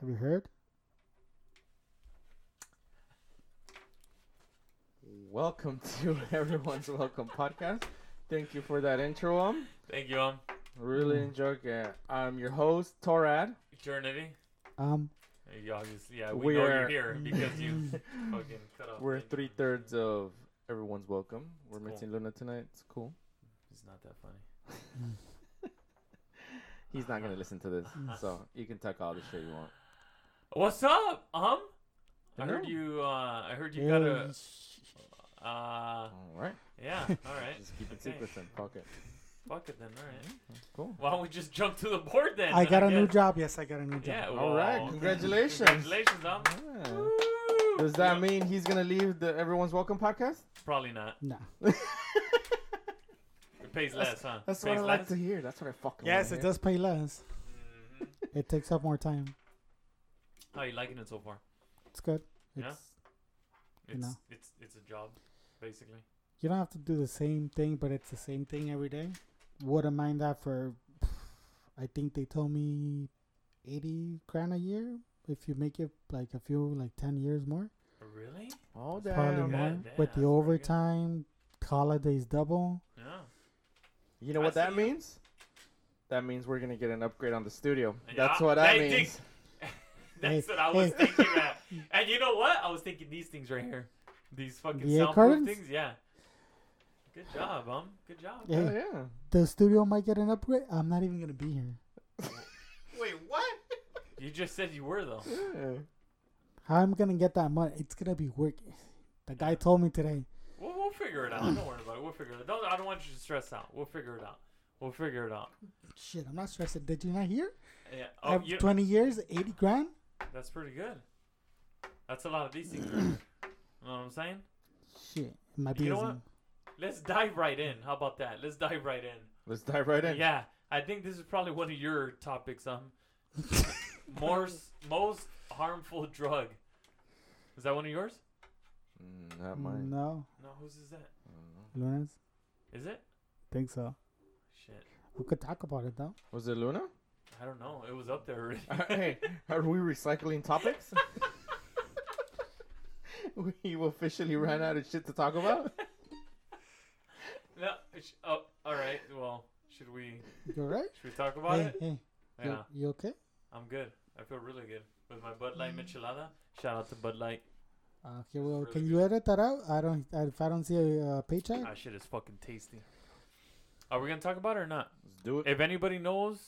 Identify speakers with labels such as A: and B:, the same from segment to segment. A: Have you heard?
B: Welcome to Everyone's Welcome podcast. Thank you for that intro. Um,
C: Thank you, um,
B: really
A: Mm.
B: enjoyed it. I'm your host Torad.
C: Eternity.
A: Um,
C: You obviously, yeah,
B: We
C: we, know
B: are-
C: you're here because you fucking cut off.
B: We're
C: the-
B: three thirds of Everyone's Welcome. We're
C: It's cool.
B: missing Luna tonight. It's cool.
C: It's not that funny.
B: He's not gonna listen to this, so you can talk all the shit you want.
C: What's up, um? I
B: Hello.
C: heard you. Uh, I heard you
A: yeah,
C: got a. Uh,
B: All right.
C: yeah. All right.
B: Just keep it
C: Okay.
B: secret then. Fuck it.
C: Fuck it then. All right.
B: Cool.
C: Why don't we just jump to the board then?
A: I
C: then,
A: got a new
C: guess?
A: job. Yes, I got a new job.
C: Yeah.
B: All right,
C: well,
B: congratulations.
C: Congratulations, um.
B: Yeah. Does that mean he's gonna leave the Everyone's Welcome podcast?
C: Probably not.
A: Nah.
C: It pays less, huh?
B: That's
C: pays
B: what I like to hear. That's what I fucking
A: Yes, it
B: wanna
A: does pay less.
C: Mhm.
A: It takes up more time.
C: How you liking it so far?
A: It's good. It's,
C: Yeah.
A: You
C: It's
A: know.
C: it's it's a job, basically.
A: You don't have to do the same thing, but it's the same thing every day. Wouldn't mind that for, I think they told me, eighty grand a year if you make it like a few like ten years more.
C: Really?
B: hear. Oh
A: Probably
B: damn.
A: more
C: Yeah, yeah,
A: with
C: that's pretty
A: the
C: good.
A: overtime, holidays double.
C: Yeah.
B: You know
C: I
B: what that
C: see.
B: means? That means we're gonna get an upgrade on the studio.
C: Yeah,
B: That's what that
C: they
B: means.
C: think- That's
A: Hey,
C: what I was
A: hey.
C: thinking. At. And you know what? I was thinking these things right here, these fucking
A: VA
C: soundproof
A: curtains?
C: things. Yeah. Good job, um. Good job.
A: Yeah.
B: Hell yeah.
A: The studio might get an upgrade. I'm not even gonna be here.
B: Wait, what?
C: You just said you were though.
B: Yeah.
A: How I'm gonna get that money? It's gonna be work. The guy told me today.
C: We'll, we'll figure it out. Don't worry about it. We'll figure it out. Don't, I don't want you to stress out. We'll figure it out. We'll figure it out.
A: Shit, I'm not stressing. Did you not hear?
C: Yeah.
A: I
C: Oh,
A: have
C: you,
A: 20 years, 80 grand.
C: that's pretty good. That's a lot of these things. Right here. you know what I'm saying?
A: Shit, it might be.
C: You know
A: easy.
C: what? Let's dive right in. How about that? Let's dive right in.
B: Let's dive right in.
C: Yeah, I think this is probably one of your topics. Um, most most harmful drug. Is that one of yours?
B: Mm, not mine.
A: No,
C: No, whose is that?
B: I don't know.
A: Lunas.
C: Is it?
A: Think so.
C: Shit,
A: We could talk about it though.
B: Was it Luna? Uh,
C: I don't know. It was up there already.
B: hey, are we recycling topics? we officially ran out of shit to talk about.
C: No. Sh- oh, all right. Well, should we
A: You alright?
C: should we talk about
A: hey,
C: it?
A: hey,
C: Yeah,
A: you, you okay?
C: I'm good. I feel really good with my Bud Light Michelada. Shout out to Bud Light.
A: Okay, well,
C: really
A: can you edit that out? I don't. If I don't see a uh, paycheck,
C: That shit is fucking tasty. Are we gonna talk about it or not?
B: Let's do it.
C: If anybody knows,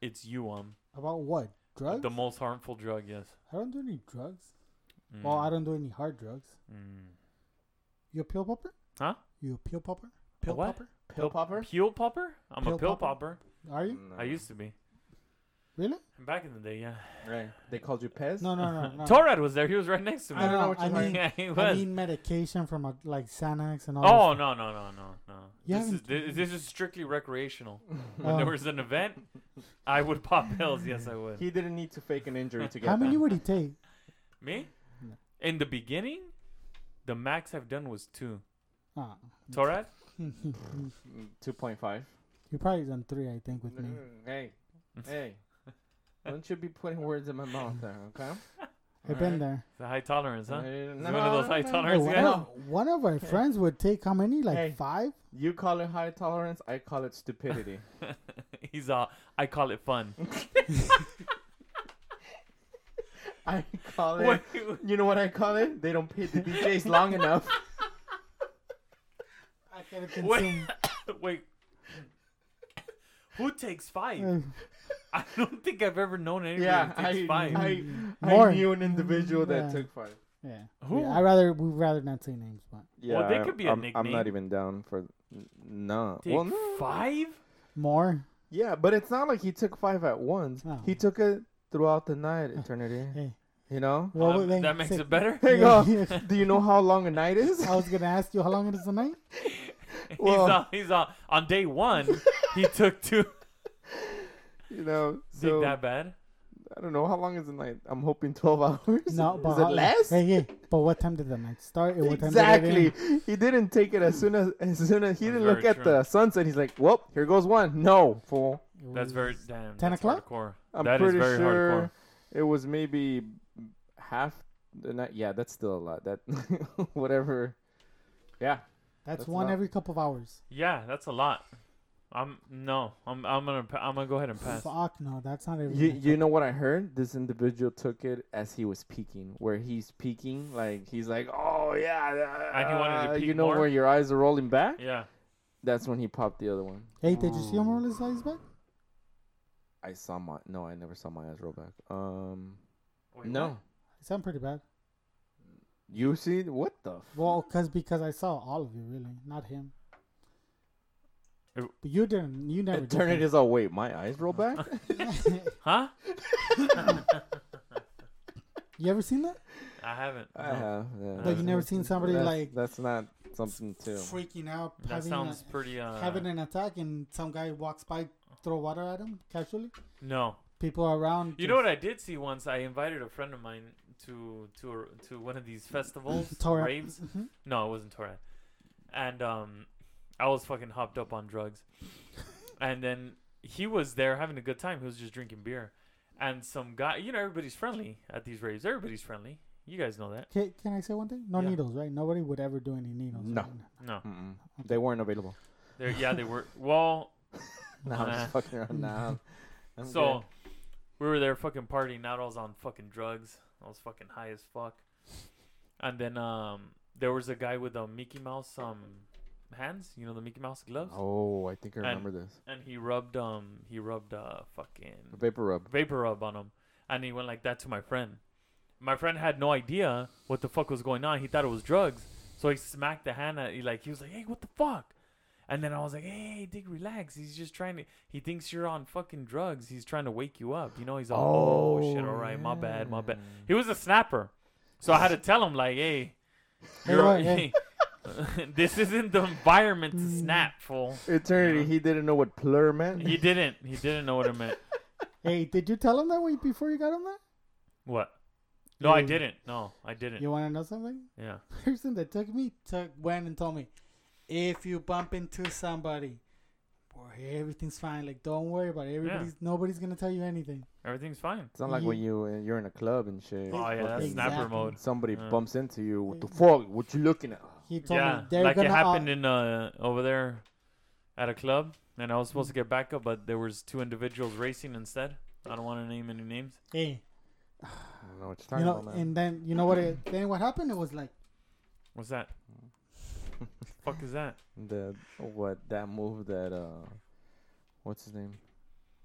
C: it's you. Um,
A: about what? Drugs?
C: the most harmful drug. Yes.
A: I don't do any drugs. Well, I don't do any hard drugs.
C: Mm.
A: You a pill popper?
C: Huh?
A: You a pill popper? Pill
C: what?
A: popper?
B: Pill popper?
C: Peel popper? I'm
A: Pill
C: a pill
A: popper?
C: popper.
A: Are you
C: I used to be.
A: really?
C: Back in the day, yeah.
B: Right. They called you Pez.
A: No, no, no. no.
C: Torad was there. He was right next to me.
A: Uh, I
B: don't
A: don't
B: know
A: know.
B: what
A: I
B: you're
A: mean,
C: yeah, he was.
A: I mean medication from a, like Xanax and all.
C: oh,
A: that
C: no, no, no, no, no.
A: You
C: This is,
A: haven't-
C: this, this is strictly recreational. When
A: Oh.
C: there was an event, I would pop pills. Yes, I would.
B: He didn't need to fake an injury to
A: stuff.
B: get
A: How many
B: that.
A: would he take?
C: Me?
A: No.
C: In the beginning, the max I've done was two.
A: Ah.
C: Torad?
A: you
B: Mm, Two point five.
A: probably done three, I think, with me.
B: Mm, Hey, hey. Don't you be putting words in my mouth there, okay?
A: I've been there.
C: It's a high tolerance, huh?
B: there.
C: Is it one of those high
A: Hey,
C: tolerance
A: one,
C: guys?
A: of, one of our friends would take how many? Like
B: Hey.
A: five?
B: You call it high tolerance, I call it stupidity.
C: He's uh, I call it fun.
B: I call it.
C: Wait,
B: You know what I call it? They don't pay the DJs long enough.
A: I could have
C: wait, wait. Who takes five? I don't think I've ever known anyone
B: Yeah,
C: who takes
B: I,
C: five.
B: I, I
A: More.
B: knew an individual that
A: Yeah.
B: took five.
A: yeah.
C: Who?
A: yeah. I rather we'd rather not say names, but
C: Well, they could be a
B: I'm, I'm not
C: nickname.
B: even down for. n- No.
C: Take
B: well, no.
C: five?
A: more.
B: Yeah, but it's not like he took five at once.
A: Oh.
B: He took it throughout the night, eternity.
A: Hey.
B: You know?
A: What
C: Um,
A: would they
C: that makes
A: say?
C: it better.
B: Hey,
A: Yeah,
B: go.
A: yeah.
B: Do you know how long a night is?
A: I was gonna ask you how long it is a night.
B: Well-
C: he's on, he's on, on day one. he took two.
B: you know,
C: Think
B: so
C: that bad?
B: I don't know how long is a night. I'm hoping 12 hours.
A: No, but
B: is it
A: how-
B: less?
A: Hey, hey, but what time did the night start? and what time did it end?
B: Exactly. He didn't take it as soon as as soon as he
C: That's
B: didn't look
C: very
B: at the sunset. He's like, "Well, here goes one." No, fool.
A: It
C: That's
A: was-
C: very damn.
A: 10
C: that's
A: o'clock?
C: Hardcore.
B: I'm
C: That is
B: pretty
C: very
B: sure
C: hardcore.
B: It was maybe half. The night. Yeah, that's still a lot. That whatever. Yeah,
A: That's,
B: That's
A: one
B: not-
A: every couple of hours.
C: Yeah, that's a lot. I'm no. I'm I'm gonna pa- I'm gonna go ahead and pass.
A: Fuck no, that's not every.
B: you
A: night.
B: you know what I heard? This individual took it as he was peaking, where he's peaking, like he's like, oh yeah,
C: And he wanted to
B: uh, You
C: peek
B: know
C: more?
B: where your eyes are rolling back?
C: Yeah.
B: That's when he popped the other one.
A: Hey, did you see
B: Oh.
A: him roll his eyes back?
B: I saw my no, I never saw my eyes roll back. Um,
C: Wait,
B: no,
C: what?
A: It sounded pretty bad.
B: you see what the f-
A: Well, cause because I saw all of you really, not him.
C: It-
A: But you didn't. You never. did that.
B: eternity is all. Wait, my eyes roll back.
C: Huh?
A: you ever seen that?
C: I haven't.
B: I
C: no.
B: have. Yeah,
C: But
B: that's
C: you
A: never
B: not-
A: seen somebody,
B: that's-
A: like,
B: that's not something too.
A: Freaking out,
C: That
A: having
C: sounds
A: a,
C: pretty. Uh,
A: having an attack, and some guy walks by, throw water at him casually.
C: no.
A: People around.
C: You know what I did see once? I invited a friend of mine to to a, to one of these festivals,
A: Torah.
C: raves. No, it wasn't Torah. And um, I was fucking hopped up on drugs. and then he was there having a good time. He was just drinking beer. And some guy, you know, everybody's friendly at these raves. Everybody's friendly. You guys know that.
A: Can, can I say one thing? No
C: Yeah.
A: needles, right? Nobody would ever do any needles.
B: No.
A: right?
C: No.
B: Mm-mm. They weren't available.
C: They're, yeah, they were. Well,
B: No, I'm just fucking around now. I'm
C: so we were there fucking partying out. I was on fucking drugs. I was fucking high as fuck. And then um, there was a guy with a Mickey Mouse um hands, you know, the Mickey Mouse
B: good.
C: gloves,
B: Oh, I think I
C: And-
B: remember this.
C: and he rubbed um he rubbed uh fucking
B: Vapor rub.
C: vapor rub on him, and he went like that to my friend. My friend had no idea what the fuck was going on. He thought it was drugs, so he smacked the hand. At, he like he was like, "Hey, what the fuck?" And then I was like, "Hey, Dick, relax. He's just trying to. He thinks you're on fucking drugs. He's trying to wake you up. You know, he's all, oh, shit. All right, my bad, my
B: Oh,
C: bad. He was a snapper, so I had to tell him like, "Hey,
A: Hey,
C: you're,
A: right, hey.
C: this isn't the environment to snap, fool."
B: Eternity,
C: Yeah.
B: he didn't know what plur meant.
C: He didn't. He didn't know what it meant.
A: Hey, did you tell him that way before you got him there?
C: What? No, I
A: You-
C: didn't. No, I didn't.
A: You want to know something?
C: Yeah.
A: person that took me took went and told me, if you bump into somebody, boy, everything's fine. Like don't worry about it. Everybody's nobody's gonna tell you anything.
C: Everything's fine.
B: It's not like when you uh, you're in a club and shit.
C: Oh yeah, that's
A: Exactly.
C: snapper mode.
B: Somebody
C: Yeah.
B: bumps into you. What the fuck? What you looking at?
A: He told
C: Yeah,
A: me they're
C: like
A: gonna.
C: it
A: all-
C: happened in uh over there at a club, and I was supposed to get back up, but there was two individuals racing instead. I don't want to name any names.
A: hey,
B: I don't know what you're
A: you
B: talking
A: know,
B: about, man.
A: and then you know what? It, then what happened? It was like
C: What's that? Fuck is that?
B: The what that move that uh, what's his name?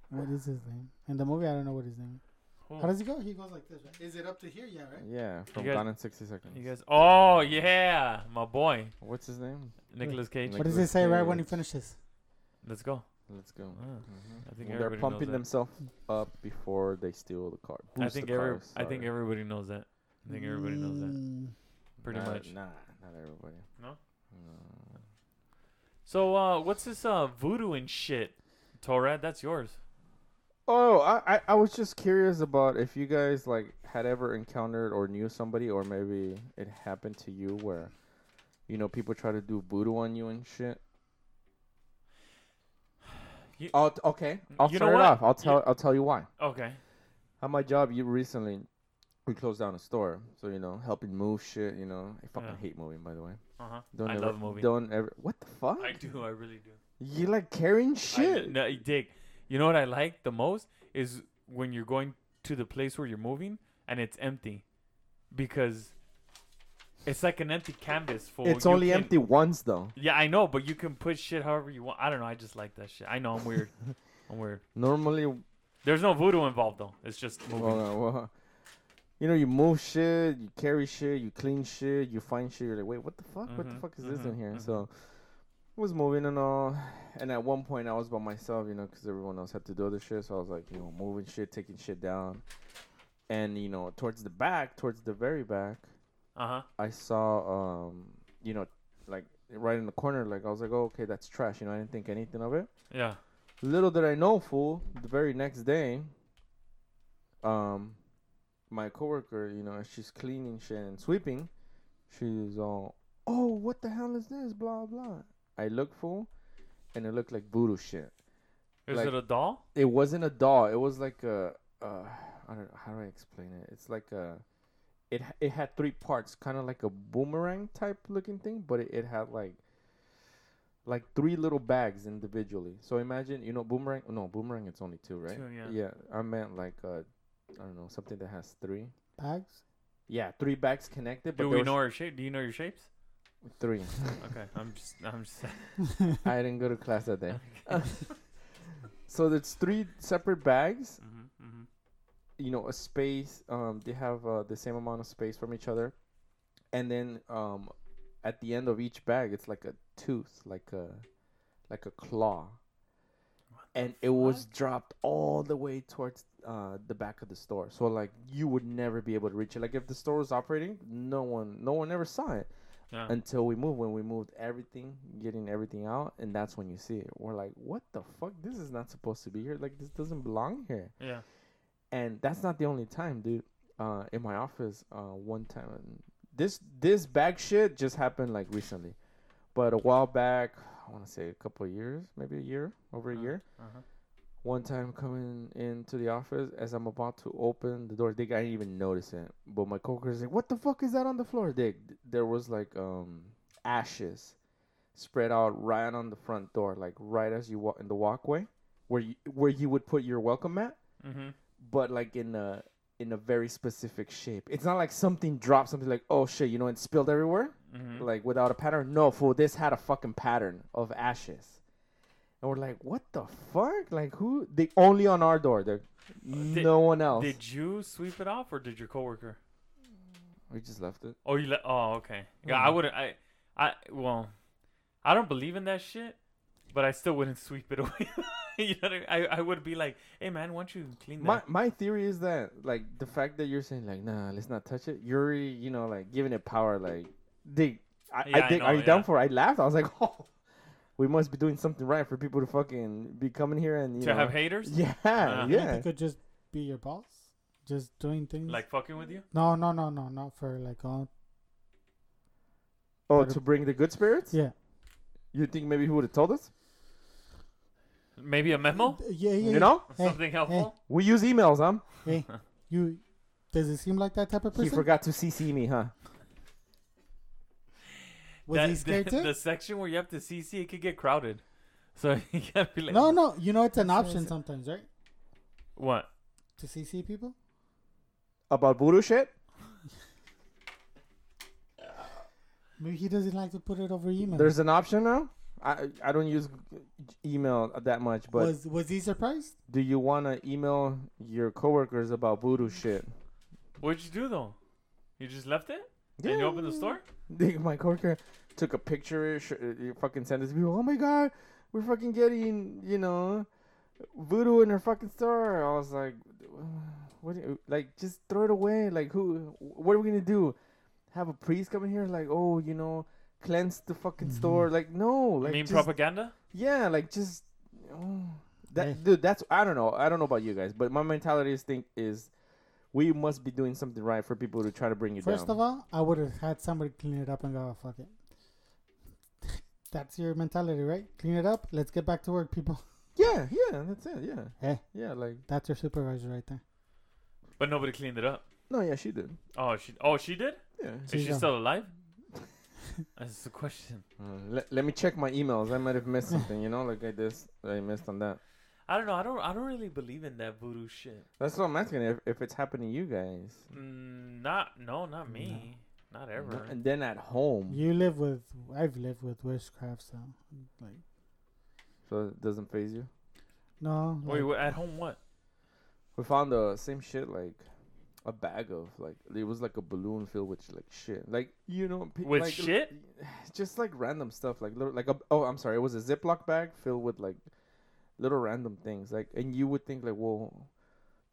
A: what is his name? In the movie, I don't know what his name.
C: Who?
A: Is. How does he go? He goes like this. Right? Is it up to here? Yeah, right.
B: Yeah, from
C: guys-
B: Gone in 60 Seconds.
C: You guys? Oh yeah, my boy
B: what's his name?
C: Nicolas Cage.
A: what does it
B: Nicolas
A: say right when he
B: Cage.
A: finishes?
C: Let's go.
B: Let's go.
C: Ah,
B: Mhm.
C: I think
B: Well, they're
C: everybody knows
B: pumping
C: that.
B: themselves up before they steal the car.
C: I
B: boost
C: think
B: the
C: every
B: cars,
C: I think
B: sorry.
C: everybody knows that. I think everybody knows that.
A: Mm,
C: Pretty
B: Not-
C: much.
B: Nah, not everybody.
C: No?
B: No.
C: So uh, what's this uh voodoo and shit? Torad, that's yours.
B: Oh, I, I I was just curious about if you guys like had ever encountered or knew somebody, or maybe it happened to you where, you know, people try to do voodoo on you and shit.
C: You- Mm,
B: Oh, t- okay. I'll
C: You know
B: start it
C: what?
B: off. I'll
C: You-
B: tell I'll tell you why.
C: Okay.
B: At my job, you recently we closed down a store, so you know, helping move shit. You know, I fucking
C: Yeah.
B: hate moving, by the way.
C: Uh huh.
B: Don't
C: I
B: ever,
C: love moving.
B: Don't ever. What the fuck?
C: I do. I really do.
B: You like carrying shit?
C: I, no, Dick. You know what I like the most is when you're going to the place where you're moving and it's empty, because it's like an empty canvas. For
B: it's
C: you
B: only
C: can-
B: empty once though.
C: Yeah, I know, but you can put shit however you want. I don't know. I just like that shit. I know I'm weird. I'm weird.
B: Normally,
C: There's no voodoo involved though. It's just moving.
B: Well, uh, well, you know, you move shit, you carry shit, you clean shit, you find shit. You're like, wait, what the fuck? what the
C: Mhm,
B: fuck is this in
C: mhm,
B: here?
C: mhm.
B: So, I was moving and all, and at one point I was by myself, you know, because everyone else had to do other shit. So I was like, you know, moving shit, taking shit down, and you know, towards the back, towards the very back,
C: Uh huh.
B: I saw, um, you know, like right in the corner, like I was like, oh, okay, that's trash. You know, I didn't think anything of it.
C: Yeah.
B: Little did I know, fool, the very next day, um, my coworker, you know, she's cleaning shit and sweeping. She's all, oh, what the hell is this? Blah, blah. I look, fool, and it looked like voodoo shit.
C: Is
B: Like-
C: it a doll?
B: It wasn't a doll. It was like a, uh, I don't know how do I explain it. It's like a it h- it had three parts, kind of like a boomerang type looking thing, but it, it had like like three little bags individually. So imagine, you know, boomerang. No, boomerang. It's only two, right?
C: Two, yeah.
B: I meant like uh, I don't know, something that has three.
A: Bags?
B: Yeah, three bags connected, but
C: Do
B: there
C: we
B: was
C: know our shape? Do you know your shapes?
B: three.
C: Okay, I'm just, I'm just.
B: I didn't go to class that day. so there's three separate bags.
C: Mhm,
B: mm-hmm.
C: mhm.
B: you know a space um they have uh, the same amount of space from each other and then um at the end of each bag it's like a tooth like a like a claw and it was dropped all the way towards uh, the back of the store so like you would never be able to reach it like if the store was operating no one no one ever saw it
C: Yeah.
B: until we moved when we moved everything getting everything out and that's when you see it we're like what the fuck this is not supposed to be here like this doesn't belong here
C: Yeah.
B: and that's not the only time, dude. Uh, in my office, uh, one time, this this bag shit just happened like recently, but a while back, I want to say a couple of years, maybe a year, over a
C: Uh,
B: year.
C: uh-huh.
B: One time coming into the office, as I'm about to open the door, Dick, I didn't even notice it, but my coworker's like, "What the fuck is that on the floor, Dick?" There was like um ashes spread out right on the front door, like right as you walk in the walkway, where you where you would put your welcome mat
C: Mhm.
B: but like in a in a very specific shape. It's not like something dropped, something like oh shit, you know, and spilled everywhere,
C: Mhm.
B: like without a pattern. No, fool, this had a fucking pattern of ashes, and we're like, what the fuck? Like who? They only on our door. There,
C: Uh, did-
B: no one else.
C: Did you sweep it off, or did your coworker?
B: we just left it.
C: Oh, you let. Oh, okay. Yeah, I
A: Mm-hmm.
B: Mhm.
C: wouldn't. I, I well, I don't believe in that shit, but I still wouldn't sweep it away. you know, what I, mean? I I would be like, hey man, why don't you clean
B: My
C: that?
B: my theory is that like the fact that you're saying like nah, let's not touch it. You're already, you know like giving it power. Like, dig, I,
C: Yeah, I
B: I dig.
C: know,
B: are you
C: yeah.
B: down for? It? I laughed. I was like, oh, we must be doing something right for people to fucking be coming here and you
C: to
B: know,
C: have haters,
B: Yeah,
C: Uh,
A: It
B: yeah.
A: could just be your boss. Just doing things.
C: like fucking with you.
A: No, no, no, no, not for like all.
B: Oh,
A: But
B: to bring the good spirits.
A: Yeah.
B: You think maybe he would have told us?
C: Maybe a memo,
A: Yeah, yeah.
B: You know,
A: Hey,
C: something helpful.
B: we use emails, huh?
A: Hey, you. Does it seem like that type of
B: He
A: person?
B: forgot to CC me, huh?
A: Was
C: That-
A: he scared
C: the,
A: too?
C: the section where you have to CC it could get crowded, so you gotta be like,
A: No, no. You know it's an
B: So
A: option
B: it's-
A: sometimes, right?
C: What?
A: To CC people.
B: About voodoo shit.
A: Maybe he doesn't like to put it over email.
B: There's an option now. I I don't use email that much, but
A: was was he surprised?
B: do you want to email your coworkers about voodoo shit?
C: What'd you do though? You just left it and you opened the store.
B: Dude, my coworker took a picture. Sh- you fucking sent it to people. Oh my god, we're fucking getting you know voodoo in her fucking store. I was like, what? do you- like, just throw it away. Like, who? What are we gonna do? Have a priest come in here? Like, oh, you know, cleanse the fucking store. Like, no. Like,
C: mean
B: just-
C: propaganda.
B: yeah, like just oh, that
A: Eh.
B: dude. That's I don't know. I don't know about you guys, but my mentality is think is we must be doing something right for people to try to bring you
A: First
B: down.
A: of all, I would have had somebody clean it up and go, oh, "Fuck it." That's your mentality, right? Clean it up. Let's get back to work, people.
B: yeah, yeah, that's it. Yeah,
A: Eh.
B: yeah, like
A: That's your supervisor right there.
C: But nobody cleaned it up.
B: no, yeah, she did.
C: Oh, she. Oh, she did.
B: Yeah.
A: She's
C: Is she
A: gone.
C: still alive? That's the question.
B: let, Mm, let me check my emails. I might have missed something. You know, like I this I missed on that.
C: I don't know. I don't. I don't really believe in that voodoo shit.
B: That's what I'm asking. If, if it's happening to you guys,
C: Mm, not. No, not me. Not ever.
B: and then at home,
A: You live with. I've lived with witchcraft, so like
B: so it doesn't phase you.
A: no.
C: Wait,
A: like,
C: wait, at home what?
B: We found the same shit like a bag of like it was like a balloon filled with like shit like you know pe-
C: With
B: like,
C: shit?
B: just like random stuff like little like a, oh I'm sorry it was a Ziploc bag filled with like little random things like and you would think like well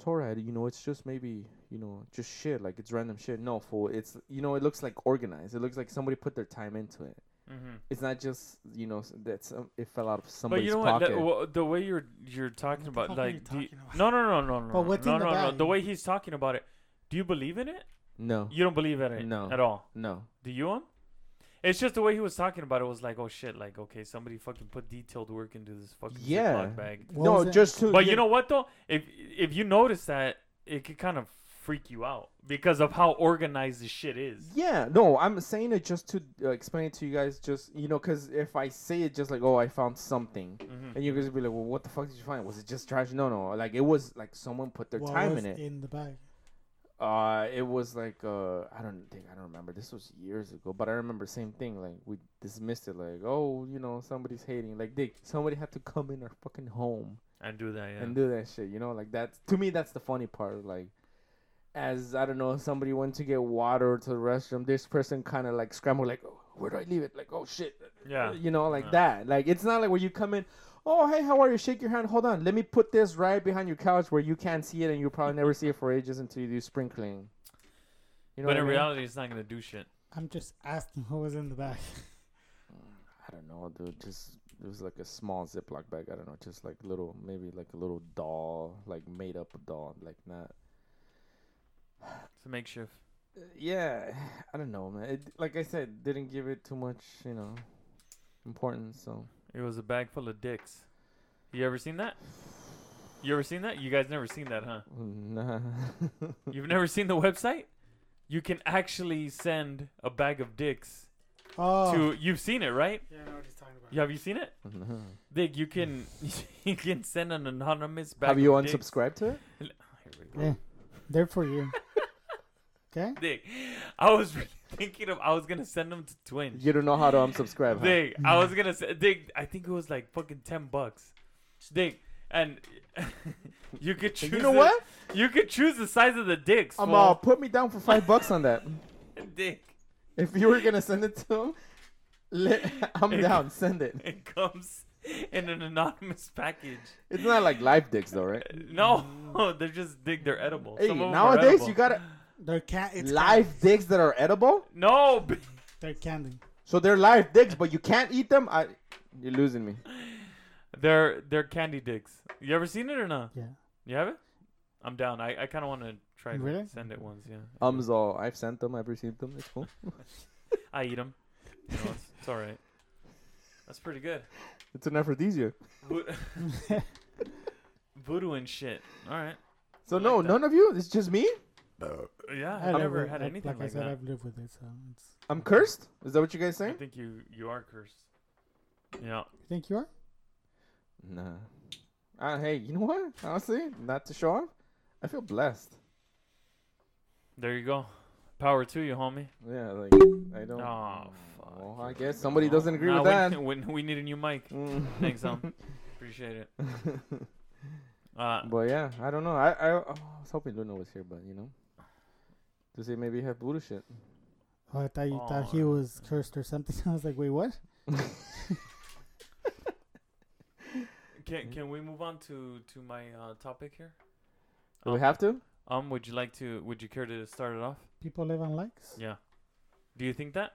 B: Torad you know it's just maybe you know just shit like it's random shit no fool it's you know it looks like organized it looks like somebody put their time into it
C: Mm-hmm.
B: it's not just you know s- that some, it fell out of
C: But
B: somebody's
C: you know what?
B: pocket
C: The, well, the way you're you're talking
A: What the
C: about,
A: fuck are you
C: like, do you-
A: talking about?
C: no, no, no, no, no,
A: But
C: no,
A: what's
C: no,
A: in the
C: no, no.
A: bag?
C: The way he's talking about it, do you believe in it?
B: no
C: You don't believe in it
B: No.
C: at all.
B: no
C: Do you? Um? It's just the way he was talking about it was like, oh shit, like okay, somebody fucking put detailed work into this fucking
B: Yeah.
C: Ziploc bag.
A: what
B: no
A: was it?
B: just to
C: But
B: yeah.
C: you know what though? If if you notice that, it could kind of freak you out because of how organized this shit is.
B: Yeah, no, I'm saying it just to uh, explain it to you guys. Just you know, because if I say it just like, oh, I found something,
C: Mhm.
B: and you guys be like, well, what the fuck did you find? Was it just trash? No, no, like it was like someone put their
A: What
B: time
A: was
B: in it.
A: in the bag.
B: Uh, it was like uh, I don't think I don't remember. This was years ago, but I remember same thing. Like we dismissed it, like oh, you know, somebody's hating. Like they somebody had to come in our fucking home
C: And do that, yeah.
B: and do that shit. You know, like that's to me that's the funny part. Like, as I don't know, somebody went to get water to the restroom. This person kind of like scrambled, like, oh, where do I leave it? Like, oh shit.
C: Yeah.
B: You know, like
C: Yeah.
B: that. Like it's not like where you come in. Oh hey, how are you? Shake your hand. Hold on, let me put this right behind your couch where you can't see it, and you'll probably never see it for ages until you do spring cleaning. You know,
C: but
B: what I
C: in
B: mean?
C: reality, it's not gonna do shit.
A: I'm just asking who was in the bag.
B: I don't know, dude. Just it was like a small Ziploc bag. I don't know, just like little, maybe like a little doll, like made up doll, like not
C: It's a makeshift.
B: Uh, yeah, I don't know, man. It, like I said, didn't give it too much, you know, importance. So
C: It was a bag full of dicks. You ever seen that? You ever seen that? You guys never seen that, huh?
B: nah.
C: You've never seen the website? You can actually send a bag of dicks
A: Oh,
C: to. You've seen it, right?
A: yeah, I know what he's talking about.
C: Yeah, have you seen it?
B: No.
C: Dick, you can you can send an anonymous bag.
B: Have you
C: of dicks.
B: unsubscribed to it?
C: Here we go.
A: Yeah, they're for you. Okay.
C: Dick, I was really thinking of I was gonna send them to Twinge.
B: You don't know how to unsubscribe. huh?
C: Dig, I
B: Mm.
C: was gonna say, dig. I think it was like fucking ten bucks. Dig, and you could choose.
B: You know
C: the-
B: what?
C: You could choose the size of the dicks.
B: I'm uh,
C: fool.
B: put me down for five bucks on that.
C: Dick,
B: If you were gonna send it to him, let, I'm
C: Hey.
B: down. Send it.
C: it comes in an anonymous package.
B: It's not like live dicks though, right?
C: No, they're just dig. They're edible.
B: Hey,
C: Some of 'em are
B: nowadays
C: edible.
B: you gotta
A: They're can. It's
B: live
A: candy.
B: dicks that are edible.
C: no. b-
A: They're candy.
B: So they're live dicks, but you can't eat them. I, you're losing me.
C: They're they're candy dicks. You ever seen it or not?
A: Yeah.
C: You have it? I'm down. I, I kind of want to try to
A: Really?
C: send it once. Yeah.
B: Ums all. I've sent them. I've received them. It's cool.
C: I eat them. You know, it's, it's all right. That's pretty good.
B: It's an aphrodisiac.
C: Vo- Voodoo and shit. All right.
B: So
C: I like
B: no,
C: that.
B: none of you. It's just me.
C: Yeah,
A: I
C: I've
A: live
C: never
A: with-
C: had
A: like-
C: anything
A: Like I
C: like,
A: said,
C: that.
A: I've lived with it, so it's.
B: I'm cursed. Is that what you guys
C: I
B: saying?
C: think you you are cursed. Yeah.
A: You think you are?
B: Nah. Uh, hey, you know what? Honestly, not to show off, I feel blessed.
C: There you go. Power to you, homie.
B: Yeah, like I don't.
C: Oh, fuck.
B: Well, I guess somebody doesn't agree
C: Nah,
B: with that.
C: We, we, we need a new mic.
B: Mm.
C: Thanks, um. Appreciate it. Uh,
B: but yeah, I don't know. I, I oh, I was hoping Luna was here, but you know, to say maybe you have Buddha shit.
A: Oh, I thought you thought he
C: Oh.
A: was cursed or something. I was like, wait, what?
C: can can we move on to to my uh, topic here?
B: Do we
C: Um,
B: have to?
C: Um, would you like to? Would you care to start it off?
A: People live on likes.
C: Yeah. Do you think that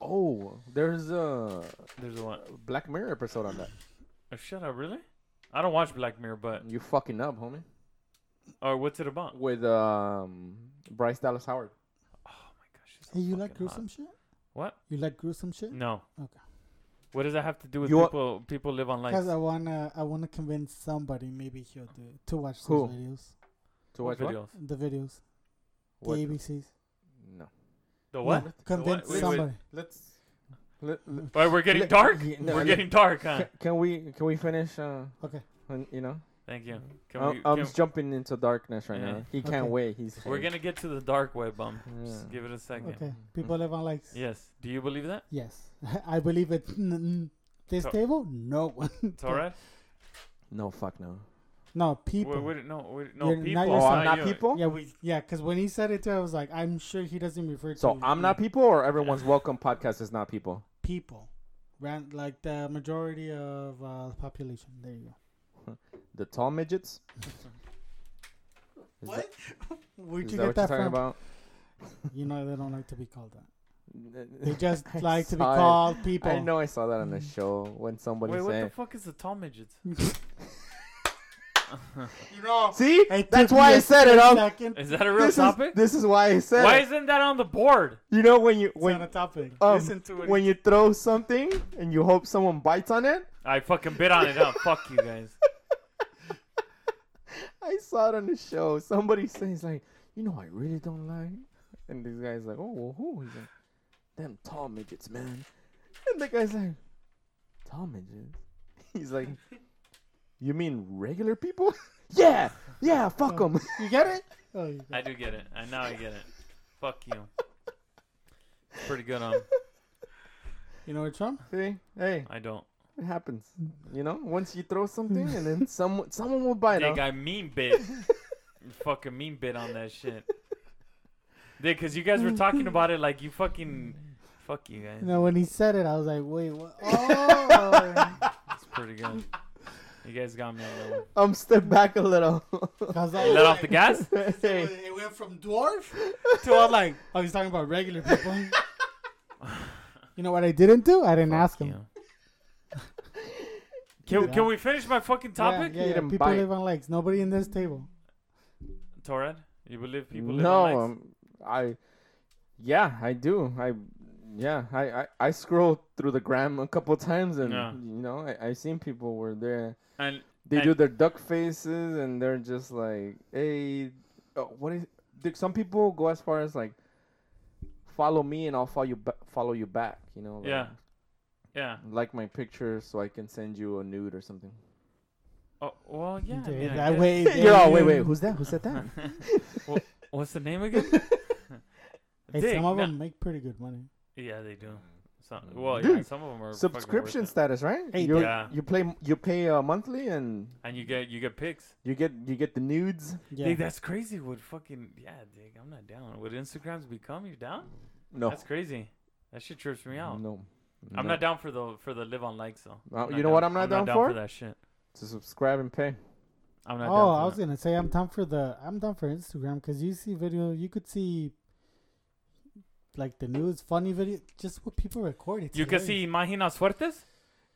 B: Oh, there's a
C: there's a what?
B: Black Mirror episode on that.
C: Oh, shut up, really? I don't watch Black Mirror, but
B: You fucking up, homie.
C: or what's it about?
B: With um Bryce Dallas Howard.
C: Oh my gosh. she's so
A: Hey, you like
C: fucking hot.
A: gruesome shit?
C: What?
A: You like gruesome shit?
C: No.
A: Okay.
C: What does that have to do with
B: You wa-
C: people? people live on lights.
A: Because I wanna, I wanna convince somebody. Maybe he'll do it to watch
B: Who?
A: those videos,
B: To
C: What
B: watch what?
C: videos?
A: the videos,
B: What?
A: the ABCs.
B: No.
C: The what?
A: No,
C: The what?
A: convince
C: Wait, wait.
A: somebody.
B: Let's. Let, let,
C: Wait, we're getting
B: Let-
C: dark.
B: yeah, no,
C: we're
B: let-
C: getting dark, huh?
B: can, can we can we finish? Uh,
A: Okay.
B: on- you know,
C: Thank you. Can
B: I'm,
C: we?
B: Um, I'm
C: can-
B: jumping into darkness right
C: Yeah.
B: now. He can't
A: Okay.
B: wait. He's
C: we're gonna get to the dark web, um. Just
B: Yeah.
C: give it a second.
A: Okay. People live on likes.
C: Yes. Do you believe that?
A: Yes, I believe it. N- n- This
C: So-
A: table, no one.
C: It's all right.
B: no fuck no.
A: no
C: Wait,
A: people.
C: wait, no, wait, no.
A: You're not
C: people.
A: Oh,
B: Oh,
A: yourself.
B: I'm not
C: you.
B: people.
A: Yeah, we. Yeah, because when he said it, too, I was like, I'm sure he doesn't refer to.
B: So I'm not people, or everyone's welcome podcast is not people.
A: people. Ran, like the majority of uh, the population. There you go.
B: The tall midgets. Is
A: What?
B: That,
A: Where'd
B: is
A: you
B: that
A: get
B: what
A: that
B: you're talking
A: from?
B: about?
A: You know they don't like to be called that. They
B: They
A: just
B: I
A: like to be
B: saw it.
A: called people. Mm.
B: I know I saw that on the show when somebody
C: Wait, what the
B: said.
C: fuck is the tall midgets?
A: You know.
B: See, that's why I said it. Um,
A: Second.
C: Is that a real
B: this is
C: topic?
B: this is why I said.
C: Why
B: it.
C: isn't that on the board?
B: You know when you
A: It's not a
B: when
A: topic.
B: um,
A: Listen to it.
B: when you throw something and you hope someone bites on it.
C: I fucking bit on it. Huh? Fuck you guys.
B: I saw it on the show. Somebody says like, you know, I really don't like. And this guy's like, oh, well, who? He's like, them tall midgets, man. And the guy's like, tall midgets. He's like, you mean regular people? yeah, yeah, fuck them.
A: You get it? Oh, you
C: I
A: got it.
C: do get it. I now I get it. Fuck you. Pretty good um. on.
A: You know what, Trump?
B: See, hey,
C: I don't.
B: it happens. You know, once you throw something, and then someone someone will bite
C: Dick,
B: it.
C: I mean bit. fucking mean bit on that shit. Dick, because you guys were talking about it like you fucking. Fuck you guys.
A: You know, when he said it, I was like, wait, what? Oh!
C: It's pretty good. You guys got me on that one.
B: I'm Um, step back a little.
A: 'Cause I
C: You
A: was
C: let
A: like-
C: off the gas?
B: hey,
A: It went from dwarf to I'm like, oh, he's talking about regular people. you know what I didn't do? I didn't ask him.
C: Yeah. Can, can we finish my fucking topic?
A: Yeah, yeah,
B: He
A: yeah.
B: didn't
A: People
B: bite.
A: live on likes. Nobody in this table.
C: Torad, you believe people live
B: no,
C: on likes?
B: um, I, yeah, I do. I, yeah, I, I, I scroll through the gram a couple times, and
C: Yeah.
B: you know, I, I seen people where they're
C: And
B: they
C: I-
B: do their duck faces, and they're just like, hey, oh, what is? There, some people go as far as like, follow me, and I'll follow you, ba- follow you back. You know, like,
C: yeah, yeah.
B: like my picture, so I can send you a nude or something.
C: Oh, well, yeah. I
A: Dude,
C: mean, I
A: that
C: guess.
A: way.
B: You're all, wait,
A: you-
B: wait, who's that? Who said that?
C: Wha- What's the name again?
A: Hey,
C: Dick,
A: some of
C: no-
A: them make pretty good money.
C: Yeah, they do. Some, well, yeah,
B: Dude,
C: some of them are fucking worth
B: Subscription
C: it.
B: status, right?
A: Hey,
B: you
C: Yeah.
B: you play you pay uh, monthly and
C: and you get you get pics.
B: You get you get the nudes.
A: Yeah.
C: Dude, that's crazy. What fucking yeah, Dick, I'm not down. What Instagram's become? You're down?
B: No,
C: That's crazy. That shit trips me out.
B: no.
C: I'm
B: No.
C: not down for the for the live on likes though.
B: Uh,
C: I'm
B: you know what I'm not down for?
C: that shit.
B: to subscribe and pay.
C: I'm not
A: Oh,
C: down for
A: I was
C: that.
A: gonna say I'm down for the I'm down for Instagram because you see video, you could see like the news, funny video, just what people record. It's
C: You can
A: hilarious.
C: see Imagina Suertes?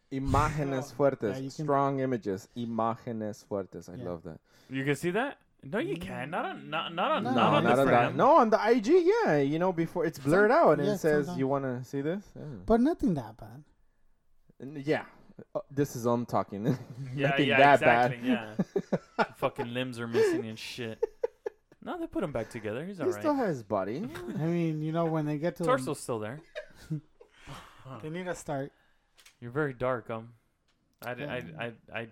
B: Imágenes fuertes,
A: you can-
B: strong images. Imágenes fuertes. I
A: Yeah.
B: love that.
C: You can see that? No, you can. Not on not not on
A: No,
C: not on
A: not
C: the
A: on
B: that.
C: gram.
B: No, Mm. on the IG, yeah. You know, before it's blurred out and
A: yeah,
B: it says,
A: sometimes.
B: "You want to see this?" Yeah.
A: but nothing that bad.
B: N- yeah. Uh, this is I'm talking.
C: Yeah,
B: Nothing
C: yeah,
B: that bad.
C: exactly. Yeah. Fucking limbs are missing and shit. No, they put him back together. He's
B: he
C: alright.
B: still has body.
A: I mean, you know, when they get to the-
C: Torso's still there.
A: they need to start.
C: You're very dark. Um, I, d- I d-
A: Yeah.
C: I d- I